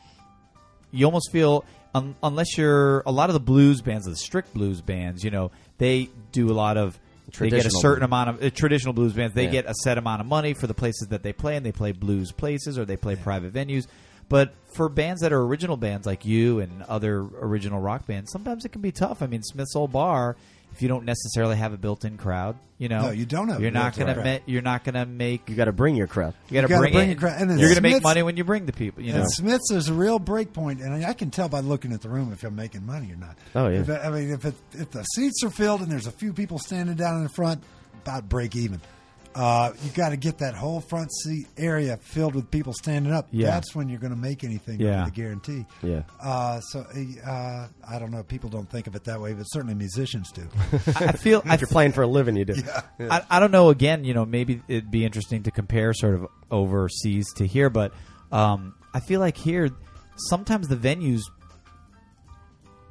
you almost feel un, unless you're a lot of the blues bands, the strict blues bands. You know, they do a lot of. They get a Traditional certain blues. amount of uh, traditional blues bands. They Yeah. get a set amount of money for the places that they play, and they play blues places or they play private venues. But for bands that are original bands like you and other original rock bands, sometimes it can be tough. I mean, Smith's Old Bar, if you don't necessarily have a built-in crowd, you know, No, you don't have a You're not built-in going to crowd. ma- you're not going to make. You got to bring your crowd. You got to gotta bring, bring it. a crowd. And you're then going to make Smith's- money when you bring the people. You know, And Smith's is a real break point, and I can tell by looking at the room if I'm making money or not. Oh, yeah. If, I mean, if it, if the seats are filled and there's a few people standing down in the front, about break even. Uh, you got to get that whole front seat area filled with people standing up. Yeah. That's when you're going to make anything. Yeah. with the guarantee. Yeah. Uh, so uh, I don't know. People don't think of it that way, but certainly (laughs) musicians do. I I feel I (laughs) If you're playing for a living, you do. I, I don't know. Again, you know, maybe it'd be interesting to compare sort of overseas to here, but um, I feel like here sometimes the venues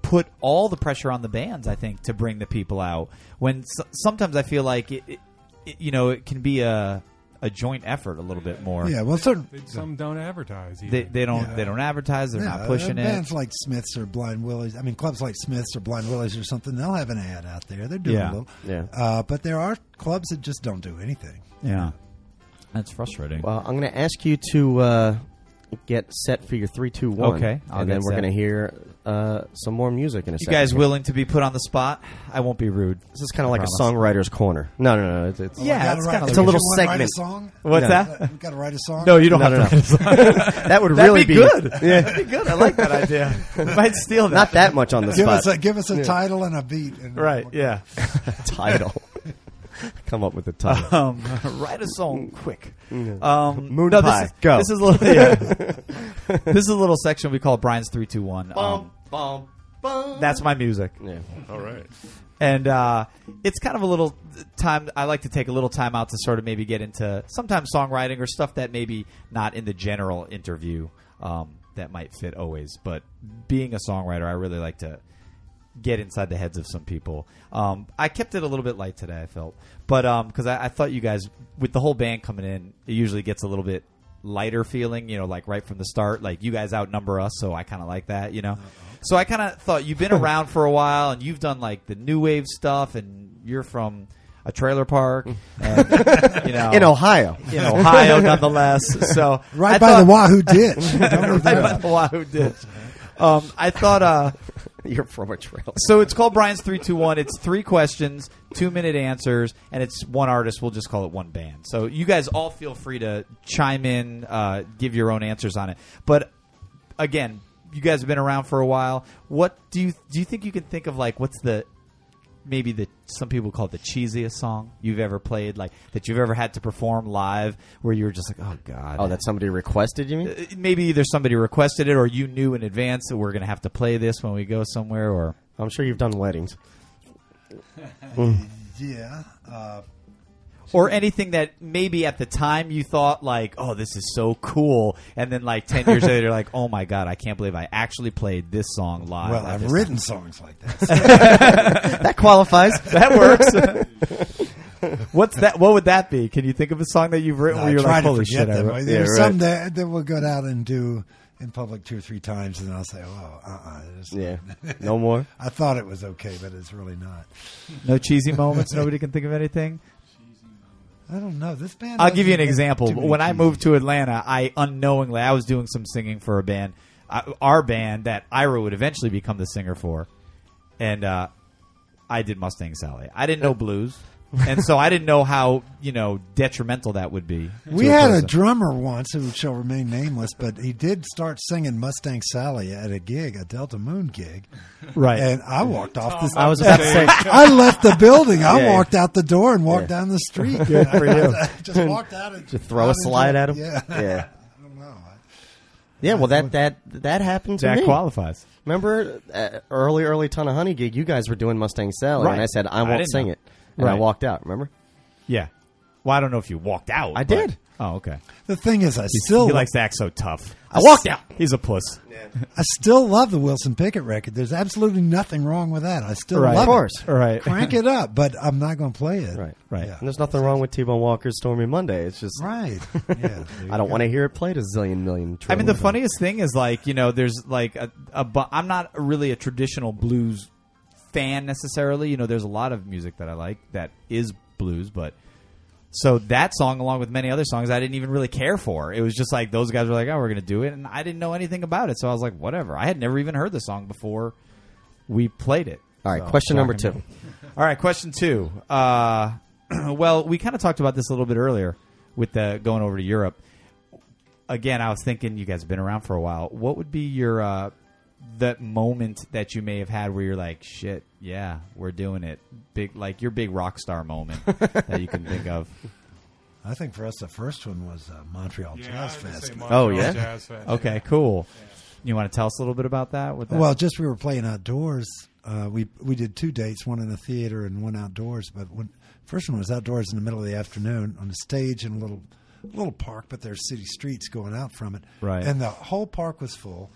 put all the pressure on the bands. I think to bring the people out. When s sometimes I feel like it, it, it- you know, it can be a a joint effort a little bit more. yeah. Well, certain. They- Some don't advertise. They, even. they don't Yeah. they don't advertise. They're Yeah, not pushing uh, it. Bands like Smiths or Blind Willies. I mean, clubs like Smiths or Blind Willies or something. They'll have an ad out there. They're doing Yeah. a little. Yeah. Uh, but there are clubs that just don't do anything. Yeah, that's frustrating. Well, Uh, I'm going to ask you to uh, get set for your three, two, one. Okay, I'll and then get we're set. going to hear uh, some more music in a you second. guys here. willing to be put on the spot? I won't be rude. This is kind of like promise. a songwriter's corner. No, no, no. It's, it's Yeah, Gotta it's write- kinda did like- It's a you little wanna Write a segment. song. What's No. that? We got to write a song. you No, no, no. (laughs) that would really be good. (laughs) Yeah, That'd be good. I like that (laughs) idea. We might steal that. not that much on the give spot us a give us a title and a beat. And right. Yeah. (laughs) (laughs) title. Come up with the title. Um, write a song quick. Um, Mm-hmm. Moon no, this pie. is- Go. This is a little. (laughs) Yeah. this is a little section we call Brian's three two one. (laughs) Um, that's my music. yeah. All right. and uh, it's kind of a little time. I like to take a little time out to sort of maybe get into sometimes songwriting or stuff that maybe not in the general interview um, that might fit always. But being a songwriter, I really like to get inside the heads of some people. Um, I kept it a little bit light today, I felt, but because I, I thought you guys, with the whole band coming in, it usually gets a little bit lighter feeling. You know, like right from the start, like you guys outnumber us, so I kind of like that. You know, so I kind of thought you've been around for a while and you've done like the new wave stuff, and you're from a trailer park, and, you (laughs) know, in Ohio. (laughs) in Ohio, nonetheless. So Right I by thought- (laughs) the Wahoo ditch. right by the Wahoo Ditch. Um, I thought uh, You're from a trailer. so. It's called Brian's three two one. It's three questions, two minute answers, and it's one artist. We'll just call it one band. So you guys all feel free to chime in, uh, give your own answers on it. But again, you guys have been around for a while. What do you do? You think you can think of like what's the maybe the some people call it the cheesiest song you've ever played, like that you've ever had to perform live, where you were just like, oh god, Oh, that somebody requested you mean? uh, maybe either somebody requested it or you knew in advance that we're going to have to play this when we go somewhere or I'm sure you've done weddings. yeah. Uh, or anything that maybe at the time you thought like oh this is so cool and then like 10 years later you're like oh my god I can't believe I actually played this song live well, at I've this written songs like that. (laughs) That qualifies. time." (laughs) (laughs) that works what's that what would that be can you think of a song that you've written I where you're try like to holy forget shit I them. wrote There's Yeah, some that, that will go out and do in public two or three times, and I'll say, "Oh, uh-uh. this- Yeah. No more. I thought it was okay, but it's really not." no cheesy moments nobody can think of anything I don't know. This band. I'll (laughs) doesn't give you an have example. too many When I keys. moved to Atlanta, I unknowingly I was doing some singing for a band, I, our band that Ira would eventually become the singer for, and uh, I did Mustang Sally. I didn't know blues, and so I didn't know how you know detrimental that would be. to we had a person. drummer once who shall remain nameless, but he did start singing Mustang Sally at a gig, a Delta Moon gig, right. and I walked off this. I was about to say (laughs) I left the building. I Yeah. walked out the door and walked down the (laughs) street. Good for (laughs) you. just walked out and Just throw a slide at him. Yeah, Yeah. I don't know. Yeah, well, that that that happened to that me. qualifies. Remember, uh, early early ton of honey gig, you guys were doing Mustang Sally, Right. and I said I I won't didn't sing know. it, and I Right. walked out. Remember? Yeah. Well, I don't know if you walked out. I but- did. Oh, okay. The thing is, I still he likes to act so tough. I walked out. He's a puss. I still love the Wilson Pickett record. There's absolutely nothing wrong with that. I still Right. love Of course. it. Right. Crank it up, but I'm not going to play it. Right. Right. And there's nothing wrong with T-Bone Walker's Stormy Monday. It's just Right. (laughs) Yeah. I don't want to hear it played a zillion million. I mean, the trillion funniest thing is like you know, there's like a, a bu- I'm not really a traditional blues fan necessarily. You know, there's a lot of music that I like that is blues, but so that song, along with many other songs, I didn't even really care for. It was just like those guys were like, "Oh, we're gonna do it," and I didn't know anything about it, so I was like, "Whatever." I had never even heard the song before we played it. All right, So, question number shocking. two. All right, question two. Uh, (clears throat) well, we kind of talked about this a little bit earlier with the going over to Europe. Again, I was thinking you guys have been around for a while. What would be your uh, that moment that you may have had where you're like, "Shit, yeah, we're doing it." Big like your big rock star (laughs) moment that you can think of. I think for us, the first one was uh, Montreal Jazz Fest. Oh, yeah? Okay, cool. You want to tell us a little bit about that? What that Well, just we were playing outdoors. Uh, we we did two dates, one in the theater and one outdoors. But when first one was outdoors in the middle of the afternoon on a stage in a little little park, but there's city streets going out from it. Right. And the whole park was full,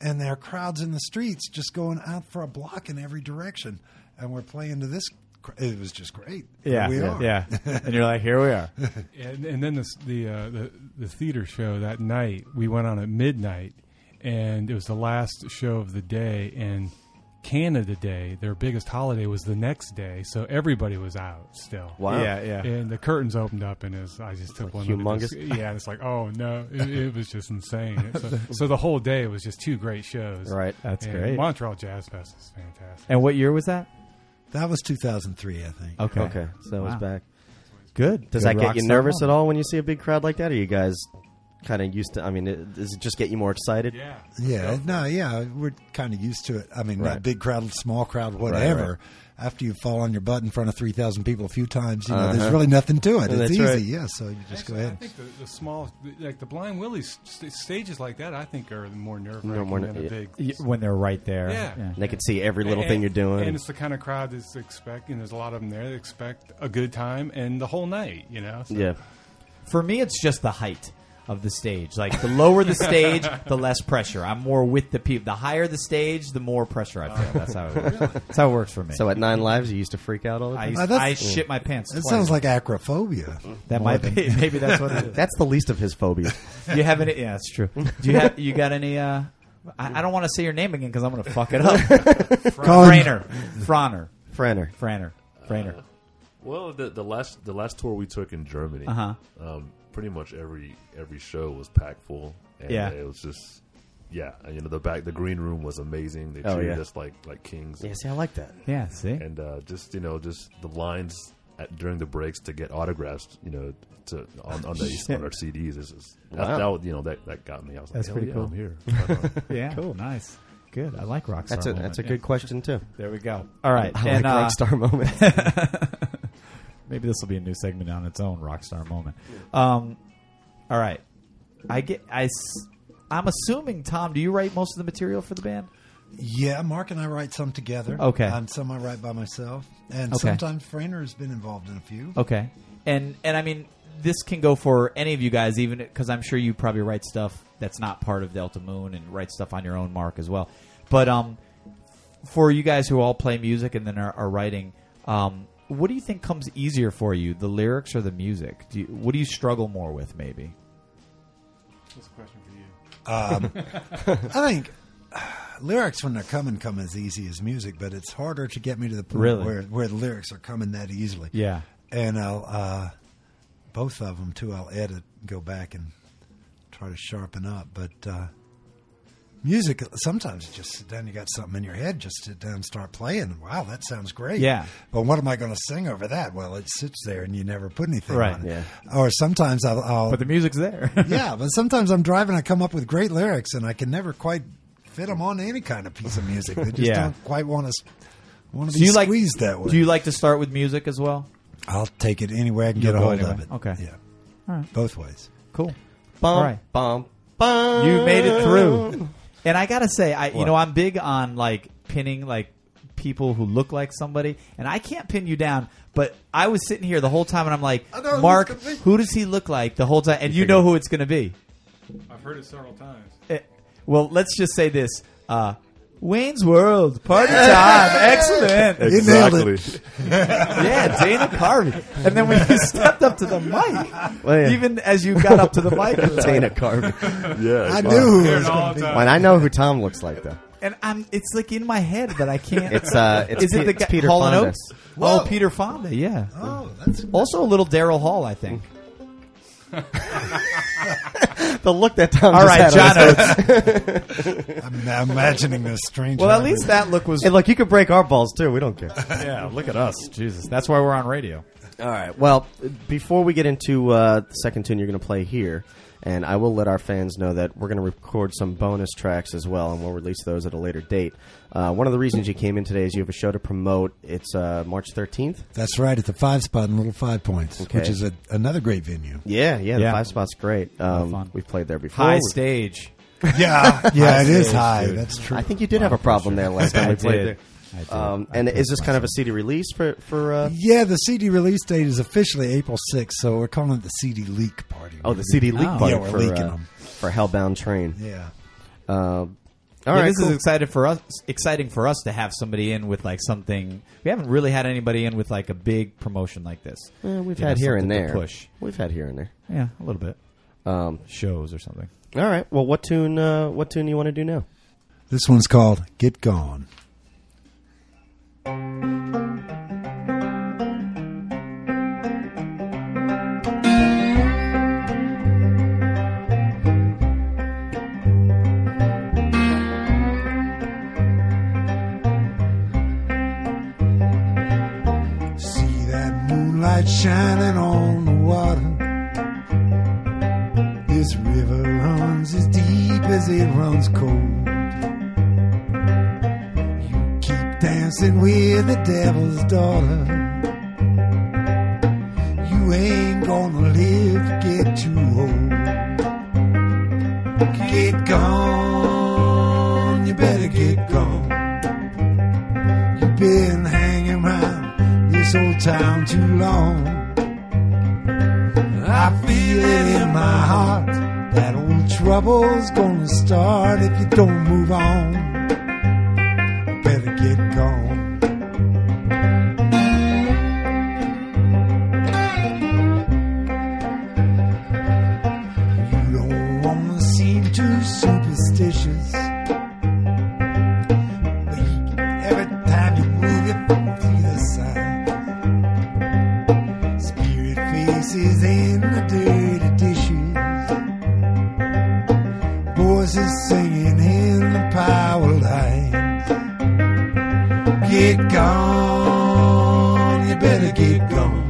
and there are crowds in the streets just going out for a block in every direction. And we're playing to this. cr- It was just great. yeah, we yeah, are. yeah. and you're like, "Here we (laughs) are." And, and then this, the, uh, the the theater show that night, we went on at midnight, and it was the last show of the day. And Canada Day, their biggest holiday, was the next day, so everybody was out still. Wow. Yeah, yeah. And the curtains opened up, and as I just took one look at this- humongous. yeah, and it's like, oh no, (laughs) it, it was just insane. It's so, so the whole day was just two great shows. Right. That's And great. Montreal Jazz Fest is fantastic. And what year was that? That was 2003, I think. Okay, Okay, so it was Wow. back. Good. Does Good that get rock you star nervous moment. at all when you see a big crowd like that? Are you guys kind of used to? I mean, it, does it just get you more excited? Yeah. Yeah, no, yeah, we're kind of used to it. I mean, not Right. big crowd, small crowd, whatever. right. After you fall on your butt in front of three thousand people a few times, you know, there's really nothing to it. Uh-huh. That's it's easy, right. yeah. So you just go Actually, ahead. I think the, the small, like the Blind Willie's st- stages like that, I think are more nerve No, wracking more than ner- a big. Y- when they're right there. Yeah. And they can see every little thing And- you're doing. and it's the kind of crowd that's expecting. There's a lot of them there that expect a good time and the whole night. You know, so yeah. For me, it's just the height. of the stage. Like the lower the (laughs) stage, the less pressure. I'm more with the people. The higher the stage, the more pressure I feel. That's how it works. That's how it works for me. So uh, at Nine Lives, you used to freak out all the I, time. used- Now, that's- I shit my pants. It twice. sounds like acrophobia. Mm-hmm. that might be. (laughs) Maybe that's what it is. That's the least of (laughs) his phobias. Do you have any? Yeah, that's true. Do you have? You got any? Uh, I, I don't want to say your name again because I'm going to fuck it up. (laughs) Frainer, Frainer, Franner. Frainer, Frainer. Well, the, the last the last tour we took in Germany, Uh-huh. um, pretty much every every show was packed full. And Yeah. it was just yeah. and, You know, the back the green room was amazing. They Oh, treated yeah. us like like kings. Yeah, see, I like that. Yeah, see. and uh, just you know just the lines at, during the breaks to get autographs you know to on, on, the, Shit. on our CDs is is- Wow. that, that was- you know that, that got me I was That's like pretty "Hell cool. yeah, I'm here (laughs) Yeah, cool, nice, good. I like Rockstar. That's a moment. that's a good question too. There we go. All (laughs) right, I and uh, like Rockstar (laughs) moment. maybe this will be a new segment on its own. Rockstar moment. Um, all right, I get. I. S- I'm assuming Tom. Do you write most of the material for the band? Yeah, Mark and I write some together. Okay. And some I write by myself. And Okay. sometimes Frainer has been involved in a few. Oh. Okay. And and I mean, this can go for any of you guys, even because I'm sure you probably write stuff that's not part of Delta Moon and write stuff on your own, Mark, as well. But um, for you guys who all play music and then are, are writing, um, what do you think comes easier for you, the lyrics or the music? Do you, what do you struggle more with, maybe? That's a question for you. I think (sighs) lyrics when they're coming come as easy as music, but it's harder to get me to the point Really? where where the lyrics are coming that easily. Yeah. and I'll uh, both of them too. I'll edit, go back, and try to sharpen up. But uh, music sometimes you just sit down. You got something in your head, just sit down, and start playing. Wow, that sounds great. Yeah. But what am I going to sing over that? Well, it sits there, and you never put anything Right, on it. Or sometimes I'll, I'll But the music's there. (laughs) (laughs) yeah, but sometimes I'm driving, I come up with great lyrics, and I can never quite fit them on any kind of piece of music. They just Yeah. don't quite want to want to do be you like squeezed that way. Do you like to start with music as well? I'll take it any way I can get a go hold of anyway. it. Okay. yeah, All right. both ways. Cool. Bum, Right. bum, bum. You made it through. And I gotta say, I you What? know I'm big on like pinning like people who look like somebody, and I can't pin you down. But I was sitting here the whole time, and I'm like, I know who Mark, it's gonna be." who does he look like the whole time? And you, know who it's gonna be. I've heard it several times. Eh, well, let's just say this: uh, Wayne's World, party time, excellent. nailed exactly Yeah, Dana Carvey. And then when you (laughs) stepped up to the mic, Well, yeah. even as you got up to the mic, it was like- Dana Carvey. yeah I it's knew fine. who it Hear was it all going the to be. time. Well, I know who Tom looks like though. and I'm it's like in my head, but I can't. (laughs) It's uh, it's, is it Pe- the it's guy Peter Hall and Fonda. Oates? Whoa. Oh, Peter Fonda, yeah. Oh, that's Also a little Daryl Hall, I think. The look (laughs) that Tom. All just right, had John on his- Oates. (laughs) I'm now imagining this strange. Well, at hybrid. least that look was. Hey, look, you could break our balls too. We don't care. Yeah, look at us, Jesus. That's why we're on radio. All right. Well, before we get into uh, the second tune you're going to play here, and I will let our fans know that we're going to record some bonus tracks as well, and we'll release those at a later date. Uh, one of the reasons you came in today is you have a show to promote. It's uh, March 13th. that's right at the five spot in Little Five Points, Okay. which is a, another great venue. Yeah, yeah. The Yeah. five spot's great. Um, fun. we've played there before. High We- stage. (laughs) (laughs) Yeah, yeah, it is stage, high. dude. That's true. I think you did have a problem there last time I we played did. I there. did. Um, I and did is this kind of a myself. CD release for for? Uh, yeah, the CD release date is officially April 6th, so we're calling it the CD leak party. oh, the CD leak Oh. button Yeah, we're for leaking uh, 'em. for Hellbound Train. Yeah. Um, all yeah, right, this cool. is excited for us. Exciting for us to have somebody in with like something. We haven't really had anybody in with like a big promotion like this. Eh, we've You had know, here and something to there. push. We've had here and there. Yeah, a little bit. Um, Shows or something. All right. Well, what tune? Uh, what tune you want to do now? This one's called Get Gone. See that moonlight shining on the water. This river runs as deep as it runs cold. You keep dancing with the devil's daughter. You ain't gonna live, get too old. Get gone, you better get gone. You've been hanging around this old town too long. I feel it in my heart. That old trouble's gonna start if you don't move on. Better get gone. You don't wanna seem too superstitious. But you- every time you move it to the side, spirit faces in the dirty dishes voices singing in the power lines. Get gone, you better get gone.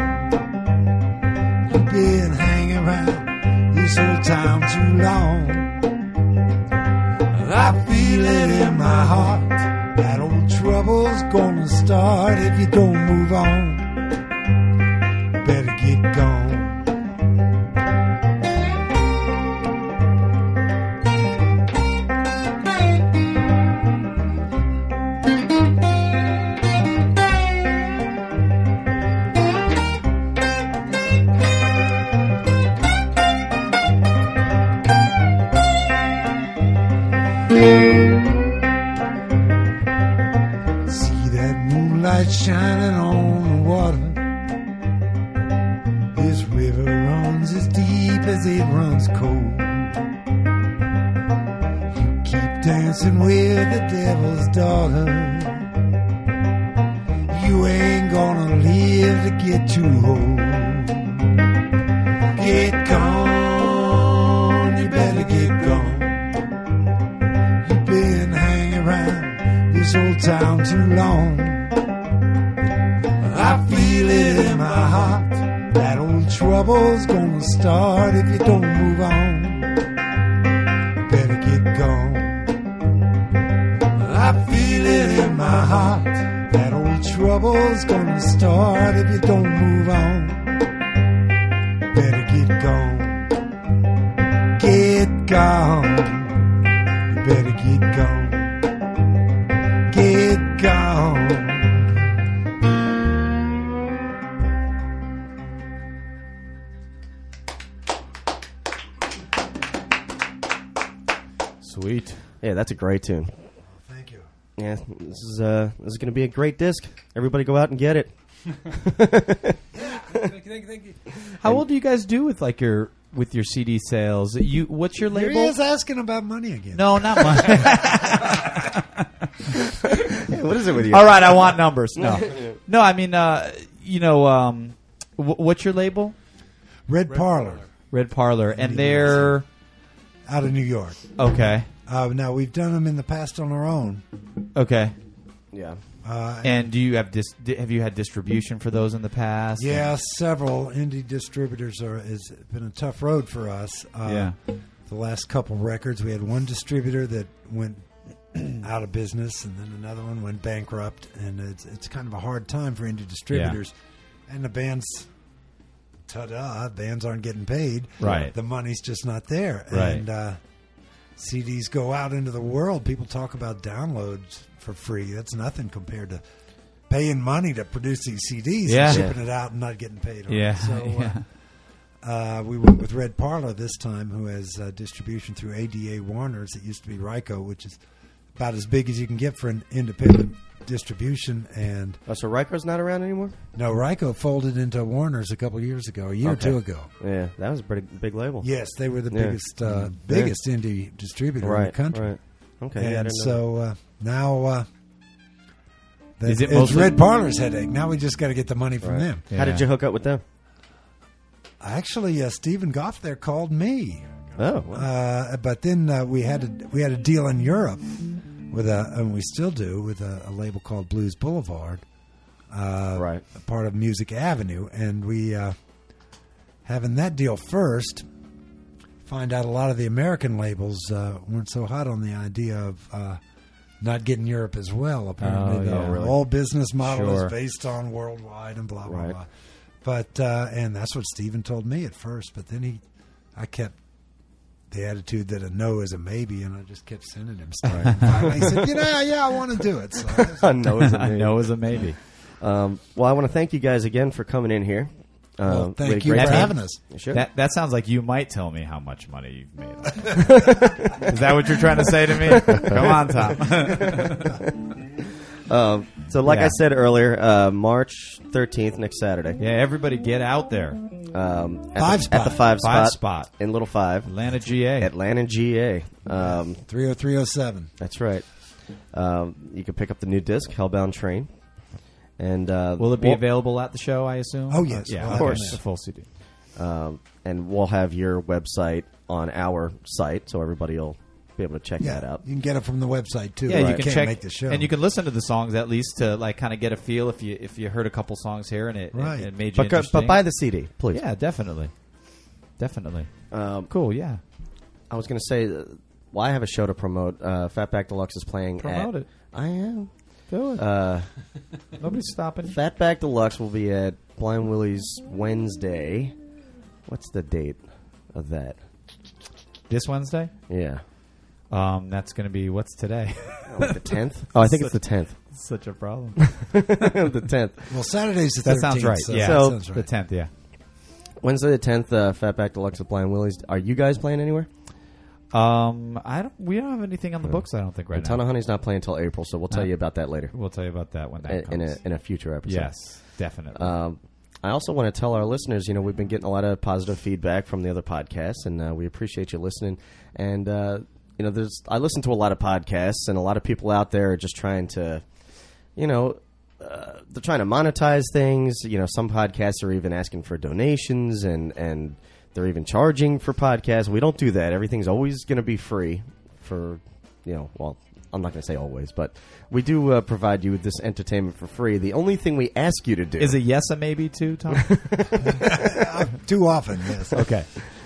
You've been hanging around this whole town too long. I feel it in my heart. That old trouble's gonna start if you don't move on. Better get gone. See that moonlight shining on the water. This river runs as deep as it runs cold. You keep dancing with the devil's daughter. You ain't gonna live to get too old. Get gone, you better get gone you've been hanging around this old town too long. I feel it in my heart. That old trouble's gonna start if you don't move on. Better get gone. I feel it in my heart. That old trouble's gonna start if you don't move on. Better get gone. Get gone. You better get gone. Get gone. Sweet. Yeah, that's a great tune. Thank you. Yeah, this is uh, this is gonna be a great disc. Everybody, go out and get it. thank you, thank you, thank you. How well do you guys do with like your with your CD sales? You what's your Here label? he is asking about money again. No, not mine. what is it with you? All right, I want numbers. No, no, I mean, uh, you know, um, wh- what's your label? Red, Parlor, Red Parlor, and they're out of New York. okay, Uh, now we've done them in the past on our own. okay. Yeah, Uh, And do you have dis- di- have you had distribution for those in the past? yeah, several indie distributors are. It's been a tough road for us. Uh, yeah. The last couple records, we had one distributor that went (clears throat) out of business, and then another one went bankrupt, and it's it's kind of a hard time for indie distributors, and the bands. Ta-da! Bands aren't getting paid. Right. The money's just not there. Right. And uh, CDs go out into the world. People talk about downloads for free. That's nothing compared to paying money to produce these CDs Yeah. and shipping it out and not getting paid on Yeah, it. So uh, (laughs) yeah. uh, we went with Red Parlor this time, who has uh, distribution through ADA Warners. It used to be Ryko, which is about as big as you can get for an independent distribution. And Oh, so Riker's not around anymore. no, Ryko folded into Warners a couple years ago, a year Okay. or two ago. Yeah, that was a pretty big label. Yes, they were the Yeah. biggest uh, biggest indie distributor in the right, country. right. Okay, yeah, I and didn't know. so uh, now uh, the, Is it it's mostly- Red Parlor's headache. Now we just got to get the money from Right. them. how did you hook up with them? Actually, uh, Stephen Goff there called me, Oh, wow. uh, but then uh, we had a, we had a deal in Europe with a, and we still do with a, a label called Blues Boulevard, uh, Right. (laughs) a Part of Music Avenue, and we uh, having that deal first. Find out a lot of the American labels uh, weren't so hot on the idea of uh, not getting Europe as well. Apparently, Oh, the yeah. Really? whole business model Sure. is based on worldwide and blah blah Right. blah. But uh, and that's what Steven told me at first. But then he, I kept the attitude that a no is a maybe, and I just kept sending him stuff. Finally, he said, "You know, yeah, I want to do it." So (laughs) I know. isn't I it? know is a maybe. Um, well, I want to thank you guys again for coming in here. Uh, well, we thank had you great for time. having us. Sure. That that sounds like you might tell me how much money you've made. on that. Is that what you're trying to say to me? Come on, Tom. Um, so, like Yeah. I said earlier, uh, March 13th, next Saturday, yeah, everybody get out there. um, at, Five the, spot. at the five, Five spot, spot. in Little Five, Atlanta GA. Atlanta, GA. Um, 30307. that's right. Um, you can pick up the new disc, Hellbound Train, and uh, Will it be we'll- available at the show, I assume? Oh, yes. yeah, Well, of course. yeah. The full CD. um, and we'll have your website on our site, so everybody will be able to check Yeah, that out. you can get it from the website too. Yeah, you Right. can Can't check make the show, and you can listen to the songs at least to like kind of get a feel if you if you heard a couple songs here and it, Right. it, it made you But, go- interesting. but buy the CD, please. yeah, definitely, definitely. Um, Cool. Yeah, I was going to say, uh, well, I have a show to promote. Uh, Fatback Deluxe is playing. Promote at, it. I am. do it. Uh, Nobody's stopping. Fatback Deluxe will be at Blind Willie's Wednesday. What's the date of that? This Wednesday. Yeah, Um, that's going to be what's today. (laughs) Like the tenth. (laughs) oh, I think it's the tenth. Such a (laughs) problem. the tenth. well, Saturday's the That 13th, sounds right. So yeah, that sounds the right. tenth. Yeah. Wednesday the tenth. Uh, Fatback Deluxe at Blind Willie's. Are you guys playing anywhere? Um, I don't. We don't have anything on the books. I don't think right Ton now. of Honey's not playing until April, so we'll Uh, tell you about that later We'll tell you about that when that in, in comes. a in a future episode. yes, definitely. Um, I also want to tell our listeners, you know, we've been getting a lot of positive feedback from the other podcasts, and uh, we appreciate you listening. And uh, you know, there's I listen to a lot of podcasts, and a lot of people out there are just trying to, you know, uh, they're trying to monetize things. You know, some podcasts are even asking for donations, and and they're even charging for podcasts. We don't do that. Everything's always going to be free for, you know, well. I'm not going to say always, but we do uh, provide you with this entertainment for free. The only thing we ask you to do Is it yes a maybe too, (laughs) Tom? Too often, yes. (laughs) okay,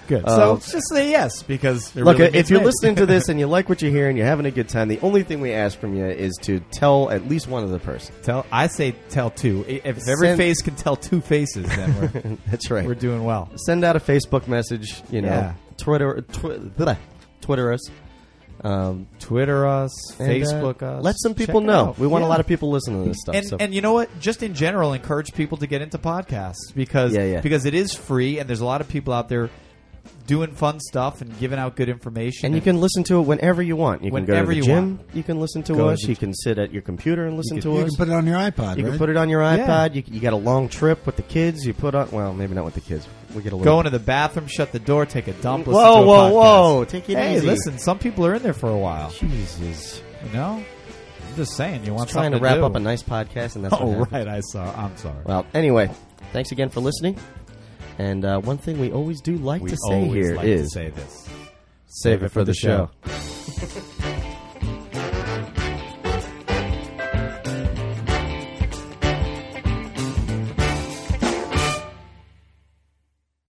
good. Uh, so just say yes because it Look, really if means you're maybe. listening to (laughs) this and you like what you hear and you're having a good time, the only thing we ask from you is to tell at least one other person. (laughs) tell I say tell two. I- If every Send- face can tell two faces, then we're, (laughs) That's right. we're doing well. Send out a Facebook message, you know, Yeah. Twitter, tw- blah, Twitter us, um, Twitter us, and, uh, Facebook us. Let some people Check it know. out. We want Yeah. a lot of people listening to this stuff. And, so. and you know what? Just in general, encourage people to get into podcasts because Yeah, yeah. because it is free, and there's a lot of people out there doing fun stuff and giving out good information. And you can listen to it whenever you want. You can go Whenever to the you gym. want. You can listen to Go to us. the you can sit at your computer and listen can- to You us. can put it on your iPod. you right? can put it on your Yeah. iPod. You, you got a long trip with the kids. You put on well, maybe not with the kids. We get a little go into the bathroom, shut the door, take a dump. Listen Whoa, to a whoa, podcast. whoa. Take it hey, easy. listen, some people are in there for a while. Jesus. You know, I'm just saying. You want trying to something wrap do. (laughs) up a nice podcast, and that's what Oh happened. right, I saw. I'm sorry. Well, anyway, thanks again for listening. And uh, one thing we always do like we to say always here is like to say this. save it for the show. show.